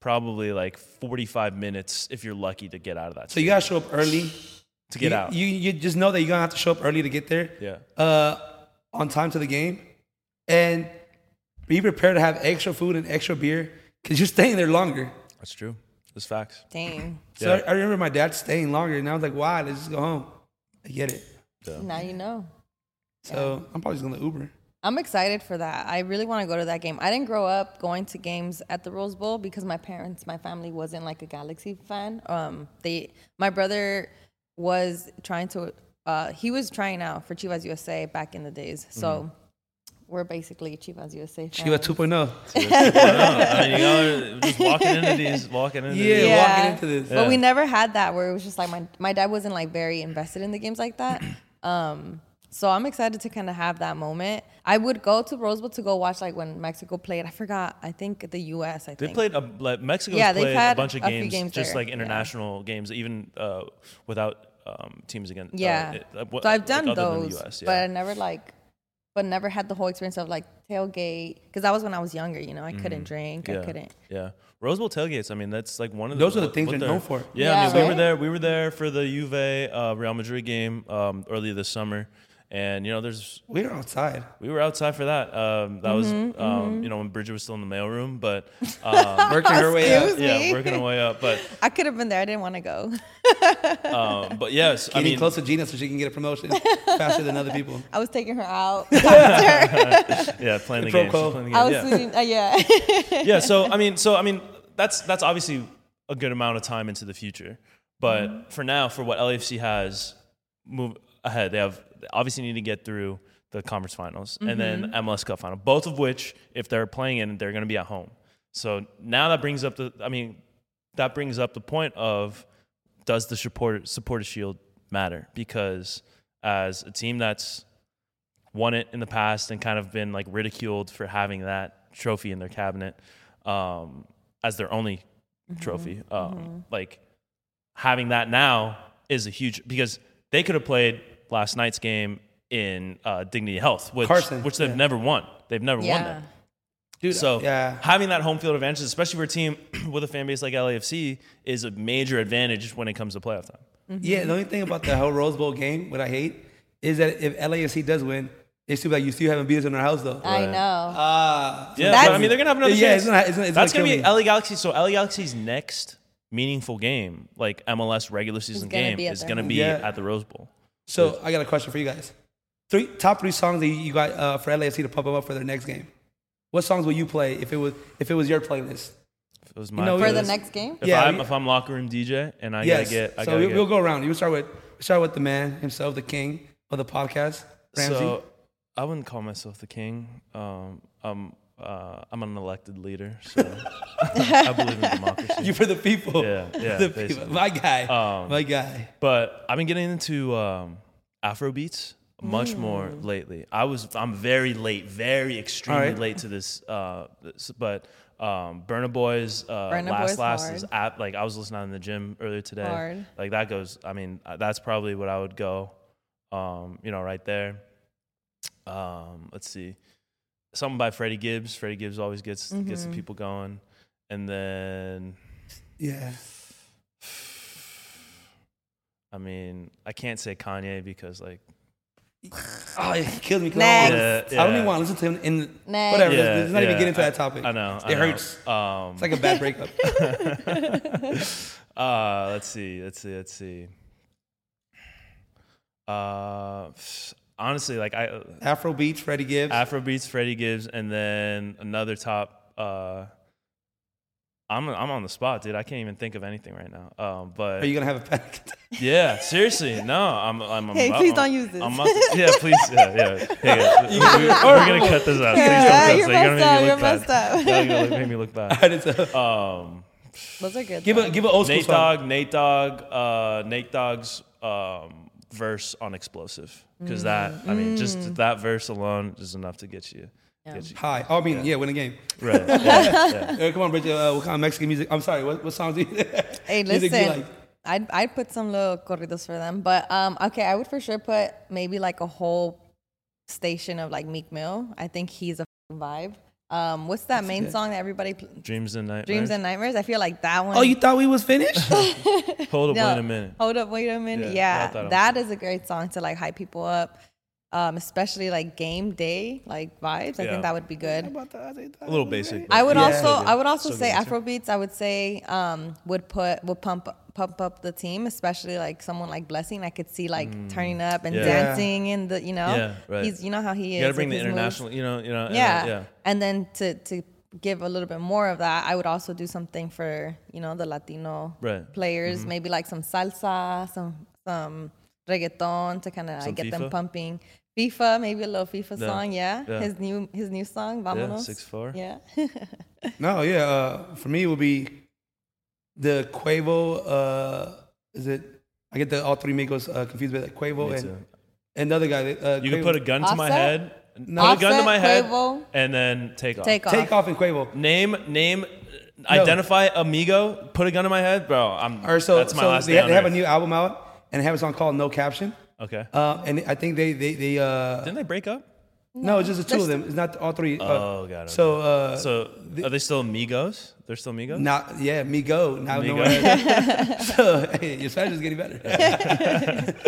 Speaker 2: probably like 45 minutes if you're lucky to get out of that.
Speaker 4: so you gotta show up early.
Speaker 2: to get
Speaker 4: you,
Speaker 2: out.
Speaker 4: You you just know that you're gonna have to show up early to get there.
Speaker 2: yeah.
Speaker 4: uh, on time to the game, and be prepared to have extra food and extra beer because you're staying there longer.
Speaker 2: That's true. That's facts.
Speaker 3: Dang.
Speaker 4: So
Speaker 2: Yeah.
Speaker 4: I, I remember my dad staying longer, and I was like, "Why? Let's just go home." I get it.
Speaker 3: Now you know.
Speaker 4: So I'm probably just gonna Uber.
Speaker 3: I'm excited for that. I really want to go to that game. I didn't grow up going to games at the Rose Bowl because my parents, my family wasn't like a Galaxy fan. Um, they, my brother was trying to, uh, he was trying out for Chivas USA back in the days. So we're basically Chivas USA fans.
Speaker 4: She was
Speaker 3: oh.
Speaker 4: 2.0.
Speaker 2: Uh, I mean, y'all are just walking into these, walking into
Speaker 4: Yeah,
Speaker 2: these.
Speaker 4: walking into this.
Speaker 3: But we never had that where it was just like my my dad wasn't like very invested in the games like that. Um, so I'm excited to kind of have that moment. I would go to Rose Bowl to go watch like when Mexico played. I forgot. I think the U.S. I
Speaker 2: They
Speaker 3: think
Speaker 2: played uh, a, like Mexico's
Speaker 3: Yeah, they've
Speaker 2: played a
Speaker 3: had
Speaker 2: bunch of
Speaker 3: a few
Speaker 2: games,
Speaker 3: games
Speaker 2: just
Speaker 3: there,
Speaker 2: like
Speaker 3: yeah.
Speaker 2: international games, even uh, without um, teams against.
Speaker 3: Yeah.
Speaker 2: Uh, what-
Speaker 3: so I've
Speaker 2: like,
Speaker 3: done
Speaker 2: other than the
Speaker 3: those,
Speaker 2: US, yeah.
Speaker 3: but I never like, but never had the whole experience of like tailgate because that was when I was younger. You know, I couldn't drink.
Speaker 2: Mm-hmm. Yeah.
Speaker 3: I couldn't.
Speaker 2: Yeah. Rose Bowl tailgates. I mean, that's like one of the,
Speaker 4: Those are the
Speaker 2: what-
Speaker 4: things
Speaker 2: what
Speaker 4: they're known for.
Speaker 2: Yeah, I
Speaker 3: Yeah,
Speaker 2: mean, we were
Speaker 3: right?
Speaker 2: there. We were there for the Juve uh, Real Madrid game um, earlier this summer, and you know, there's
Speaker 4: We're outside.
Speaker 2: we were outside for that. Um, that was
Speaker 3: Mm-hmm,
Speaker 2: um, you know when Bridget was still in the mailroom, but
Speaker 4: Working her way up.
Speaker 3: Excuse
Speaker 2: yeah,
Speaker 3: me.
Speaker 2: working our way up. But
Speaker 3: I could have been there. I didn't want to go.
Speaker 2: um, but yes, I
Speaker 4: Getting
Speaker 2: mean,
Speaker 4: close to Gina so she can get a promotion faster than other people.
Speaker 3: I was taking her out.
Speaker 2: yeah, playing the
Speaker 4: Pro
Speaker 2: game.
Speaker 4: quo.
Speaker 2: Playing the game.
Speaker 3: I was
Speaker 2: yeah.
Speaker 3: sleeping. Uh, yeah.
Speaker 2: yeah. So I mean, so I mean, that's that's obviously a good amount of time into the future. But for now, for what LAFC has, move ahead. They have they obviously need to get through the conference finals and then MLS Cup final, both of which, if they're playing in, they're going to be at home. So now that brings up the. I mean, that brings up the point of does the supporter supporter shield matter? Because as a team that's won it in the past and kind of been like ridiculed for having that trophy in their cabinet um, as their only trophy. Um, Like having that now is a huge because they could have played last night's game in uh, Dignity Health, which
Speaker 4: Carson,
Speaker 2: which they've
Speaker 4: yeah.
Speaker 2: never won. They've never won
Speaker 3: yeah.
Speaker 2: that.
Speaker 4: Dude,
Speaker 2: So
Speaker 4: yeah.
Speaker 2: having that home field advantage, especially for a team with a fan base like LAFC, is a major advantage when it comes to playoff time.
Speaker 4: Yeah, the only thing about the whole Rose Bowl game, what I hate, is that if LAFC does win, it's too bad you still haven't beat us in our house, though.
Speaker 3: I
Speaker 2: Right. Uh,
Speaker 3: know.
Speaker 4: Ah.
Speaker 2: Yeah,
Speaker 3: That's-
Speaker 2: but I mean they're gonna have another
Speaker 4: Yeah,
Speaker 2: chance.
Speaker 4: it's gonna- it's gonna- it's
Speaker 2: That's
Speaker 4: gonna
Speaker 2: gonna,
Speaker 4: kill
Speaker 2: be LA Galaxy. So LA Galaxy's next meaningful game, like MLS regular season
Speaker 3: gonna
Speaker 2: game,
Speaker 3: be at
Speaker 2: is
Speaker 3: their
Speaker 2: gonna
Speaker 3: home.
Speaker 2: be
Speaker 4: Yeah.
Speaker 2: at the Rose Bowl.
Speaker 4: So I got a question for you guys. Three top three songs that you- you got uh, for LAFC to pop up for their next game. What songs will you play if it was if it was your playlist?
Speaker 2: If it was my
Speaker 4: know,
Speaker 2: choice-
Speaker 3: For the
Speaker 4: Yes.
Speaker 3: next game.
Speaker 2: If
Speaker 4: Yeah,
Speaker 2: I'm
Speaker 4: we-
Speaker 2: if I'm locker room DJ and I gotta
Speaker 4: yes.
Speaker 2: get, I
Speaker 4: so
Speaker 2: gotta
Speaker 4: we,
Speaker 2: get.
Speaker 4: we'll go around. You start with start with the man himself, the king of the podcast, Ramsey.
Speaker 2: So I wouldn't call myself the king. Um, I'm uh, I'm an elected leader, so I believe in democracy.
Speaker 4: you for the people.
Speaker 2: Yeah, yeah,
Speaker 4: the people.
Speaker 2: basically.
Speaker 4: My guy.
Speaker 2: Um,
Speaker 4: my guy.
Speaker 2: But I've been getting into um, Afro beats much more
Speaker 3: Mm.
Speaker 2: lately. I was I'm very late, very extremely
Speaker 4: Alright.
Speaker 2: late to this. Uh, this- but um, Burna Boy's uh,
Speaker 3: Burna
Speaker 2: last
Speaker 3: Boy's
Speaker 2: last
Speaker 3: hard.
Speaker 2: is app. Like I was listening out in the gym earlier today.
Speaker 3: Hard.
Speaker 2: Like that goes. I mean, uh, that's probably what I would go. um, you know, right there. Um, let's see, something by Freddie Gibbs. Freddie Gibbs always gets gets
Speaker 3: Mm-hmm.
Speaker 2: the people going, and then
Speaker 4: Yeah.
Speaker 2: I mean, I can't say Kanye because like
Speaker 4: Oh, it killed me. 'cause I, don't
Speaker 3: Next.
Speaker 4: wanna- I don't even want to listen to him. In
Speaker 3: Next.
Speaker 4: whatever.
Speaker 2: yeah,
Speaker 4: let's, let's not even
Speaker 2: yeah,
Speaker 4: get into
Speaker 2: I-
Speaker 4: that topic.
Speaker 2: I know I
Speaker 4: It
Speaker 2: know.
Speaker 4: hurts.
Speaker 2: Um,
Speaker 4: It's like a bad breakup.
Speaker 2: uh, let's see, let's see, let's see. Uh, honestly, like I,
Speaker 4: Afro beats, Freddie Gibbs.
Speaker 2: Afrobeats, Freddie Gibbs, and then another top. Uh, I'm I'm on the spot, dude. I can't even think of anything right now. Um, but
Speaker 4: Are you gonna have a panic attack?
Speaker 2: yeah, seriously, no. I'm I'm. I'm
Speaker 3: Hey,
Speaker 2: about-
Speaker 3: please don't
Speaker 2: I'm-
Speaker 3: use this.
Speaker 2: I'm about to- yeah, please. Yeah, yeah. Hey, we- we- we're gonna cut this out. Please don't
Speaker 3: Yeah,
Speaker 2: cut
Speaker 3: you're
Speaker 2: this out.
Speaker 3: messed up. You're
Speaker 2: You're
Speaker 3: messed up.
Speaker 2: gonna make me look bad.
Speaker 4: Alright, it's a-
Speaker 2: Um,
Speaker 3: Those are good.
Speaker 4: give
Speaker 3: though.
Speaker 4: a give an old school
Speaker 2: Nate
Speaker 4: song.
Speaker 2: Dogg, Nate Dogg, uh, Nate Dogg's um, verse on explosive because that I mean
Speaker 3: Mm.
Speaker 2: just that verse alone is enough to get you. Get you
Speaker 4: Hi. Oh, I mean, yeah, win a game.
Speaker 2: right. Yeah, yeah.
Speaker 4: Uh, come on, Bridget. Uh, what kind of Mexican music? I'm sorry. What, what songs do you?
Speaker 3: Hey,
Speaker 4: music do you
Speaker 3: listen. I'd, I'd put some little corridos for them, but um, okay, I would for sure put maybe like a whole station of like Meek Mill. I think he's a f***ing vibe. Um, what's that main song that everybody pl-
Speaker 2: Dreams and nightmares.
Speaker 3: dreams and nightmares? I feel like that one.
Speaker 4: Oh, you thought we was finished?
Speaker 2: Hold up,
Speaker 3: No,
Speaker 2: wait a minute.
Speaker 3: Hold up, wait a
Speaker 2: Yeah, I
Speaker 3: minute. Yeah,
Speaker 2: thought it
Speaker 3: that is a great song to like hype people up, um, especially like game day like vibes. I
Speaker 2: Yeah.
Speaker 3: think that would be good.
Speaker 2: A little basic.
Speaker 3: I would
Speaker 4: Yeah.
Speaker 3: also
Speaker 4: Still
Speaker 3: I would also
Speaker 2: Still
Speaker 3: say
Speaker 2: good, too.
Speaker 3: Afrobeats. I would say um, would put would pump pump up the team, especially like someone like Blessing. I could see like turning up and
Speaker 2: Mm. Yeah.
Speaker 3: dancing and the you know
Speaker 2: Yeah, right.
Speaker 3: he's you know how he is.
Speaker 2: you gotta bring the
Speaker 3: with his moves.
Speaker 2: international. You know, you know. and, uh,
Speaker 3: Yeah.
Speaker 2: yeah.
Speaker 3: and then to to give a little bit more of that, I would also do something for you know the Latino
Speaker 2: Right. Mm-hmm.
Speaker 3: players, maybe like some salsa, some some reggaeton to kind of
Speaker 2: Some
Speaker 3: like, get
Speaker 2: FIFA?
Speaker 3: them pumping. FIFA, maybe a little FIFA
Speaker 2: Yeah.
Speaker 3: song, yeah.
Speaker 2: Yeah.
Speaker 3: His new his new song, Vamonos.
Speaker 2: 6'4".
Speaker 3: Yeah.
Speaker 4: no, yeah. Uh, for me, it would be the Quavo. Uh, is it? I get the all three Migos uh, confused with Quavo
Speaker 2: Me
Speaker 4: and
Speaker 2: too.
Speaker 4: another guy. that, Uh,
Speaker 2: You can
Speaker 4: Quavo-
Speaker 2: put a gun to my
Speaker 3: Offset?
Speaker 2: head.
Speaker 4: No.
Speaker 2: Put a gun to
Speaker 3: Offset,
Speaker 2: my head,
Speaker 3: Quavo.
Speaker 2: and then take off.
Speaker 3: Take off.
Speaker 4: take off and Quavo.
Speaker 2: Name, name, identify amigo. Put a gun to my head, bro. I'm.
Speaker 4: Or so,
Speaker 2: that's my
Speaker 4: so
Speaker 2: last
Speaker 4: they,
Speaker 2: day
Speaker 4: ha-
Speaker 2: on
Speaker 4: they have a
Speaker 2: Earth.
Speaker 4: new album out and they have a song called No Caption.
Speaker 2: Okay.
Speaker 4: Uh, and I think they they they uh,
Speaker 2: Didn't they break up?
Speaker 4: no, it's just the two of them. It's not all three. Uh,
Speaker 2: Oh, got it.
Speaker 4: So uh,
Speaker 2: So are they still amigos? They're still amigos.
Speaker 4: Not yeah, me go. Now
Speaker 2: Migo.
Speaker 4: no one- so hey, your Spanish is getting better.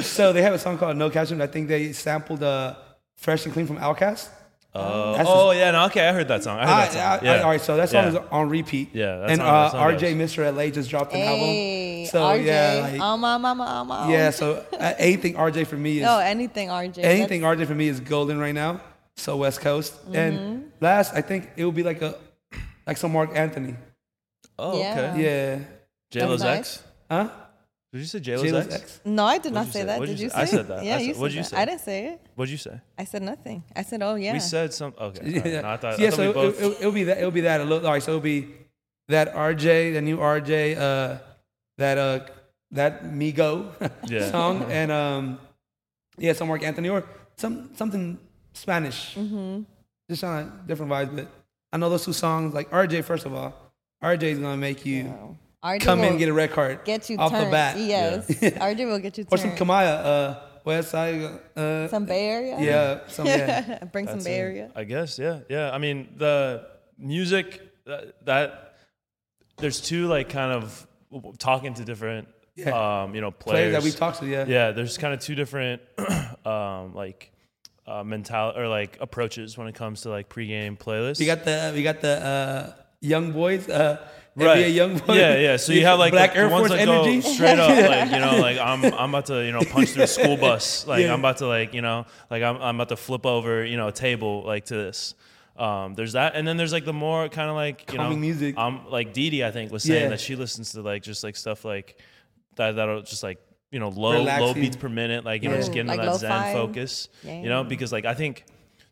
Speaker 4: so they have a song called No Caption. I think they sampled uh, Fresh and Clean from Outkast.
Speaker 2: Oh,
Speaker 4: That's
Speaker 2: oh yeah. No, okay, I heard that song. I heard
Speaker 4: I,
Speaker 2: that song.
Speaker 4: I- I-
Speaker 2: yeah.
Speaker 4: all right, so that song
Speaker 2: Yeah.
Speaker 4: is on repeat.
Speaker 2: Yeah, that
Speaker 4: and
Speaker 2: song- that
Speaker 4: uh,
Speaker 2: song
Speaker 4: RJ Mr. LA just dropped an
Speaker 3: Hey,
Speaker 4: album. So
Speaker 3: RJ.
Speaker 4: yeah, like,
Speaker 3: oh my mama, oh my. oh.
Speaker 4: yeah. So uh, anything RJ for me is
Speaker 3: No, anything RJ.
Speaker 4: anything RJ for me is golden right now. So West Coast. And last, I think it would be like a like some Mark Anthony.
Speaker 2: Oh,
Speaker 3: Yeah.
Speaker 2: okay.
Speaker 4: Yeah.
Speaker 2: J Lo's
Speaker 3: That's
Speaker 2: ex.
Speaker 4: Huh?
Speaker 2: Did you say J Lo's
Speaker 4: J-Lo's
Speaker 2: ex?
Speaker 3: That's- no, I did not
Speaker 2: you
Speaker 3: say,
Speaker 2: say?
Speaker 3: that.
Speaker 2: What'd
Speaker 3: Did
Speaker 2: you
Speaker 3: you
Speaker 2: say?
Speaker 3: say?
Speaker 2: I said that.
Speaker 3: Yeah,
Speaker 2: I said-
Speaker 3: you
Speaker 2: what'd you
Speaker 3: that.
Speaker 2: say?
Speaker 3: I didn't say it.
Speaker 2: What'd you say?
Speaker 3: I said nothing. I said, oh yeah.
Speaker 2: We said some. Okay. all right. No, I thought, I
Speaker 4: yeah,
Speaker 2: thought
Speaker 4: so
Speaker 2: we
Speaker 4: it,
Speaker 2: both.
Speaker 4: it, will be that. It'll be that. A little, all right, so it'll be that RJ, the new RJ, uh, that uh, that Migo
Speaker 2: Yeah.
Speaker 4: song, and um, yeah, some Mark Anthony or some something Spanish. Mm-hmm. Just on a different vibes, but I know those two songs. Like RJ, first of all, RJ is gonna make you
Speaker 3: No. RJ
Speaker 4: come in
Speaker 3: Oh. will
Speaker 4: and get a red card
Speaker 3: get you
Speaker 4: off the
Speaker 3: turned.
Speaker 4: bat,
Speaker 3: Yes, RJ will get you
Speaker 4: or
Speaker 3: turned.
Speaker 4: some Kamaya, uh, West Side, uh,
Speaker 3: Some Bay Area.
Speaker 4: yeah, some yeah.
Speaker 3: Bring some Bay Area.
Speaker 2: I guess. Yeah. Yeah. I mean, the music that, that there's two like kind of talking to different,
Speaker 4: Yeah.
Speaker 2: um, you know, players.
Speaker 4: players that we talked to, yeah.
Speaker 2: Yeah. There's kind of two different, um, like. Uh, mentality or like approaches when it comes to like pregame playlists.
Speaker 4: We got the we got the uh, young boys, uh,
Speaker 2: Right.
Speaker 4: NBA young boys.
Speaker 2: Yeah, yeah. So you have like
Speaker 4: Black
Speaker 2: the
Speaker 4: Air
Speaker 2: ones
Speaker 4: Force
Speaker 2: that go
Speaker 4: energy.
Speaker 2: straight up, like you know, like I'm I'm about to you know punch through a school bus, like
Speaker 4: Yeah.
Speaker 2: I'm about to like you know, like I'm I'm about to flip over you know a table like to this. Um, there's that, and then there's like the more kind of like you know,
Speaker 4: Calming music.
Speaker 2: I'm like Dee Dee, I think was saying
Speaker 4: Yeah.
Speaker 2: that she listens to like just like stuff like that that'll just like you know low low
Speaker 4: Relaxing.
Speaker 2: beats per minute, like you know just
Speaker 3: Ooh,
Speaker 2: getting
Speaker 3: like
Speaker 2: into that zen
Speaker 3: lo-fi.
Speaker 2: focus, you know,
Speaker 3: Yeah.
Speaker 2: because like I think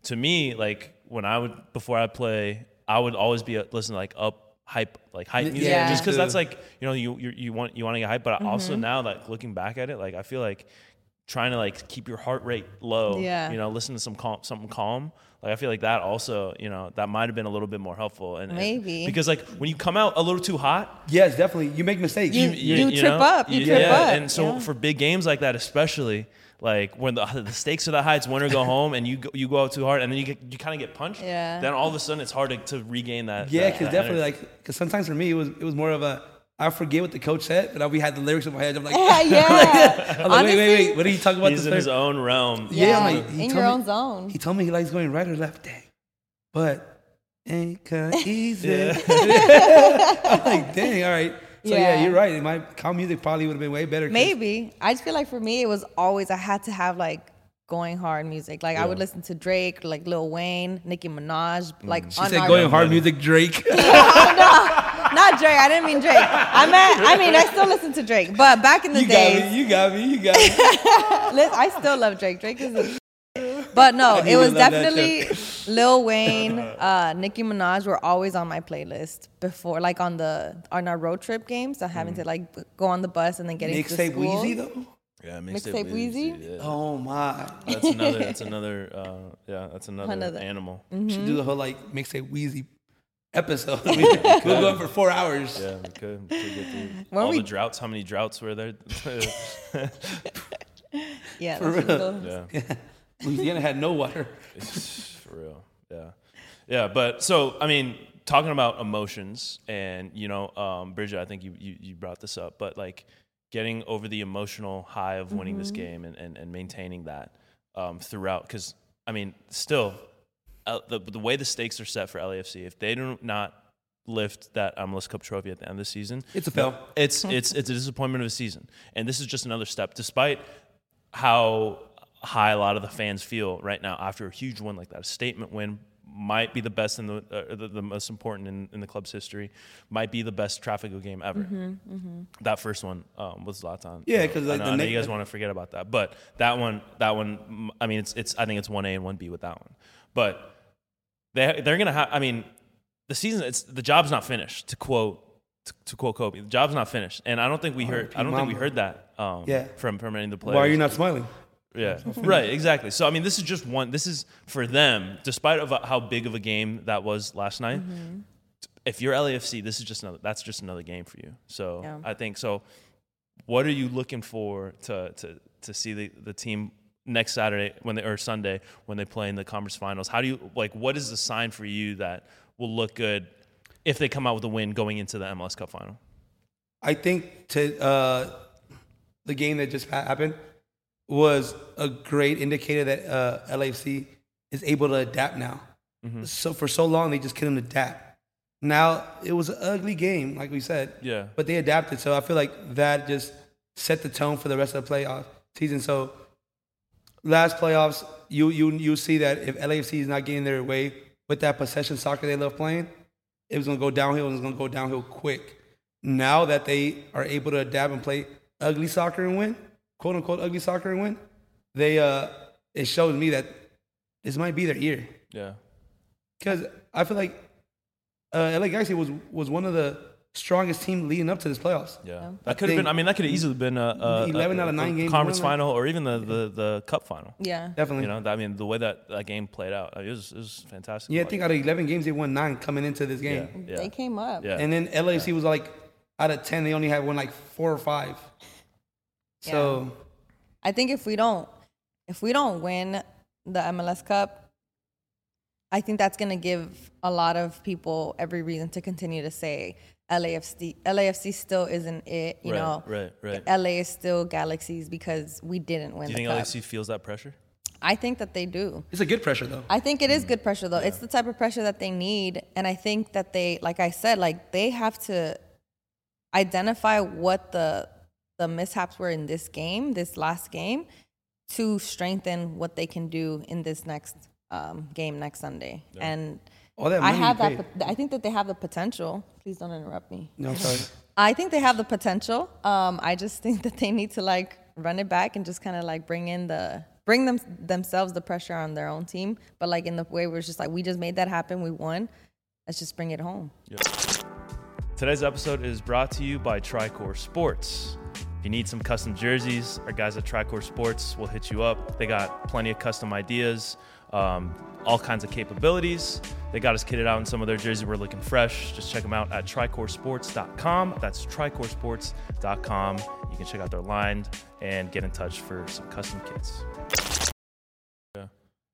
Speaker 2: to me like when I would before I play, I would always be uh, listening to, like up hype like hype music
Speaker 3: Yeah.
Speaker 2: just because
Speaker 4: Yeah.
Speaker 2: that's like you know you you, you want you want to get hype but
Speaker 3: Mm-hmm.
Speaker 2: also now like looking back at it like i feel like trying to like keep your heart rate low
Speaker 3: Yeah.
Speaker 2: you know listen to some calm something calm like i feel like that also you know that might have been a little bit more helpful and and-
Speaker 3: Maybe.
Speaker 2: because like when you come out a little too hot
Speaker 4: yes, definitely. You make mistakes.
Speaker 3: You- you trip up, you trip
Speaker 2: yeah,
Speaker 3: up,
Speaker 2: and so
Speaker 3: yeah.
Speaker 2: for big games like that especially like when the, the stakes are that high, it's win or go home, and you go, you go out too hard, and then you get, you kind of get punched.
Speaker 3: Yeah.
Speaker 2: Then all of a sudden, it's hard to, to regain that.
Speaker 4: Yeah,
Speaker 2: that-
Speaker 4: because
Speaker 2: that
Speaker 4: definitely,
Speaker 2: energy.
Speaker 4: like, because sometimes for me, it was it was more of a I forget what the coach said, but I, we had the lyrics in my head. I'm like,
Speaker 3: Yeah, yeah.
Speaker 4: I'm like, wait, wait, wait,
Speaker 3: Honestly,
Speaker 4: what are you talking about?
Speaker 2: he's
Speaker 4: this
Speaker 2: in his
Speaker 4: lyric?
Speaker 2: own realm.
Speaker 4: Yeah, I'm
Speaker 3: Yeah,
Speaker 4: like, he
Speaker 3: in
Speaker 4: told
Speaker 3: your
Speaker 4: me-
Speaker 3: own zone.
Speaker 4: He told me he likes going right or left, dang, but ain't cut easy. I'm like, dang, all right. So yeah,
Speaker 3: Yeah.
Speaker 4: you're right. My cow music probably would have been way better. 'cause-
Speaker 3: Maybe. I just feel like for me, it was always I had to have like going hard music. Like I would listen to Drake, like Lil Wayne, Nicki Minaj, like
Speaker 4: Mm. She
Speaker 3: on
Speaker 4: said
Speaker 3: our-
Speaker 4: going hard music, Drake.
Speaker 3: Not Drake. I didn't mean Drake. I meant. I mean, I still listen to Drake, but back in the
Speaker 4: you got
Speaker 3: days,
Speaker 4: me. You got me. You got me.
Speaker 3: Liz, I still love Drake. Drake is a but no,
Speaker 4: knew
Speaker 3: it
Speaker 4: you
Speaker 3: was
Speaker 4: loved that
Speaker 3: definitely Lil Wayne, uh, Nicki Minaj were always on my playlist before, like on the on our road trip games. So having to like b- go on the bus and then getting to
Speaker 4: Mm. Mixtape
Speaker 3: school.
Speaker 4: Weezy though.
Speaker 2: Yeah,
Speaker 3: Mixtape Wheezy?
Speaker 2: yeah.
Speaker 4: Oh my.
Speaker 2: That's another. That's another. Uh, yeah, that's another,
Speaker 3: Another. Mm.
Speaker 2: animal.
Speaker 4: Should do the whole like mixtape Wheezy episode. Mm-hmm. we will go on for four hours.
Speaker 2: Yeah, we could, we could get through
Speaker 3: Why
Speaker 2: all
Speaker 3: we-
Speaker 2: the droughts. How many droughts were there?
Speaker 3: Yeah,
Speaker 4: For
Speaker 3: that's
Speaker 4: real.
Speaker 3: Lil-
Speaker 2: yeah.
Speaker 4: Louisiana had no water.
Speaker 2: For real. Yeah. Yeah. But so, I mean, talking about emotions and, you know, um, Bridget, I think you, you, you brought this up, but like getting over the emotional high of winning this game and, and, and maintaining that um, throughout. Because, I mean, still, uh, the, the way the stakes are set for LAFC, if they do not lift that MLS Cup trophy at the end of the season,
Speaker 4: It's a fail.
Speaker 2: it's it's it's a disappointment of a season, and this is just another step. Despite how high a lot of the fans feel right now after a huge win like that, a statement win might be the best in the uh, the, the most important in, in the club's history, might be the best Traffico game ever. That first one um, was Zlatan.
Speaker 4: Yeah, 'cause, like,
Speaker 2: I know, I
Speaker 4: the
Speaker 2: know
Speaker 4: na-
Speaker 2: you guys want to forget about that, but that one that one mm, I mean it's it's I think it's one A and one B with that one, but they they're gonna have. I mean, the season it's the job's not finished. To quote to, to quote Kobe, the job's not finished, and I don't think we heard. I don't think we
Speaker 4: Mamba.
Speaker 2: heard that. Um,
Speaker 4: Yeah.
Speaker 2: from from any of the players.
Speaker 4: Why are you not smiling?
Speaker 2: Yeah, right. Exactly. So I mean, this is just one. This is for them, despite of how big of a game that was last night. If you're LAFC, this is just another. That's just another game for you. So
Speaker 3: Yeah.
Speaker 2: I think so. What are you looking for to to to see the the team next Saturday when they or Sunday when they play in the conference finals? How do you like? What is the sign for you that will look good if they come out with a win going into the MLS Cup final?
Speaker 4: I think to uh, the game that just ha- happened was a great indicator that uh, LAFC is able to adapt now. So for so long they just couldn't adapt. Now it was an ugly game, like we said.
Speaker 2: Yeah.
Speaker 4: But they adapted, so I feel like that just set the tone for the rest of the playoff season. So last playoffs, you you you see that if LAFC is not getting their way with that possession soccer they love playing, it was gonna go downhill and it's gonna go downhill quick. Now that they are able to adapt and play ugly soccer and win, quote unquote ugly soccer and win, they uh it shows me that this might be their year
Speaker 2: Yeah.
Speaker 4: because I feel like uh, LA Galaxy was was one of the strongest team leading up to this playoffs.
Speaker 2: Yeah,
Speaker 4: I
Speaker 2: that could have been.
Speaker 4: think-
Speaker 2: I mean, that could have easily been a, a a-
Speaker 4: 11 out of
Speaker 2: a
Speaker 4: nine games
Speaker 2: conference
Speaker 4: won, like-
Speaker 2: final, or even the, the, the cup final.
Speaker 3: Yeah.
Speaker 4: Definitely.
Speaker 2: You know, I mean, the way that that game played out, it was it was fantastic.
Speaker 4: yeah, I
Speaker 2: Like,
Speaker 4: think out of eleven games they won nine coming into this
Speaker 2: Oh, yeah,
Speaker 4: game,
Speaker 2: yeah,
Speaker 3: They came up.
Speaker 2: yeah.
Speaker 4: and then LAFC was like out of ten they only had won like four or five. So
Speaker 3: I think if we don't if we don't win the MLS Cup, I think that's gonna give a lot of people every reason to continue to say LAFC LAFC still isn't it, you
Speaker 2: right,
Speaker 3: know.
Speaker 2: right, right.
Speaker 3: LA is still galaxies because we didn't win
Speaker 2: Do you
Speaker 3: the
Speaker 2: think
Speaker 3: cup.
Speaker 2: LAFC feels that pressure?
Speaker 3: I think that they do.
Speaker 4: it's a good pressure though. Mm.
Speaker 3: I think it is good pressure though. It's the type of pressure that they need, and I think that they, like I said, like they have to identify what the the mishaps were in this game, this last game, to strengthen what they can do in this next um, game next Sunday. And
Speaker 4: All that
Speaker 3: I
Speaker 4: money
Speaker 3: have
Speaker 4: you
Speaker 3: that.
Speaker 4: paid.
Speaker 3: pot- I think that they have the potential. Please don't interrupt me.
Speaker 4: No, I'm sorry.
Speaker 3: I think they have the potential. Um, I just think that they need to like run it back and just kind of like bring in the bring them themselves the pressure on their own team, but like in the way where it's just like we just made that happen, we won. Let's just bring it home.
Speaker 2: Today's episode is brought to you by Tricor Sports. If you need some custom jerseys, our guys at Tricor Sports will hit you up. They got plenty of custom ideas, um, all kinds of capabilities. They got us kitted out in some of their jerseys. We're looking fresh. Just check them out at tricorsports.com. That's tricorsports.com. You can check out their line and get in touch for some custom kits. Yeah,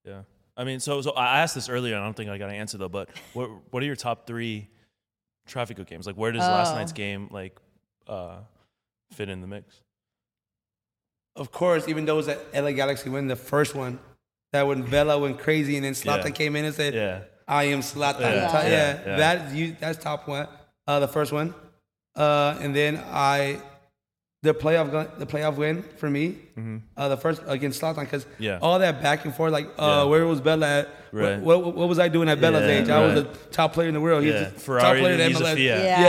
Speaker 2: yeah. I mean, so so I asked this earlier, and I don't think I got an answer though. But what what are your top three Traffico games? Like, where does last
Speaker 3: Oh.
Speaker 2: night's game like uh, fit in the mix?
Speaker 4: Of course, even though it was at LA Galaxy win the first one, that when Vela went crazy and then Slatan
Speaker 2: Yeah.
Speaker 4: came in and said,
Speaker 2: Yeah,
Speaker 4: I am Slatan.
Speaker 2: Yeah.
Speaker 4: Yeah,
Speaker 3: Yeah.
Speaker 2: Yeah, yeah.
Speaker 4: That, you, that's top one, uh, the first one. Uh, and then I, the playoff, gun- the playoff win for me, uh, the first against Slatan, because
Speaker 2: Mm-hmm. Yeah.
Speaker 4: all that back and forth, like
Speaker 2: Yeah.
Speaker 4: uh, where was Bella at? Wh-
Speaker 2: Right.
Speaker 4: What, what, was I doing at Bella's
Speaker 2: Yeah,
Speaker 4: age? I was
Speaker 2: right.
Speaker 4: the top player in the world.
Speaker 2: Yeah.
Speaker 4: He's the top
Speaker 2: Ferrari,
Speaker 4: player in
Speaker 2: he's a
Speaker 4: MLS.
Speaker 2: Fiat.
Speaker 3: Yeah.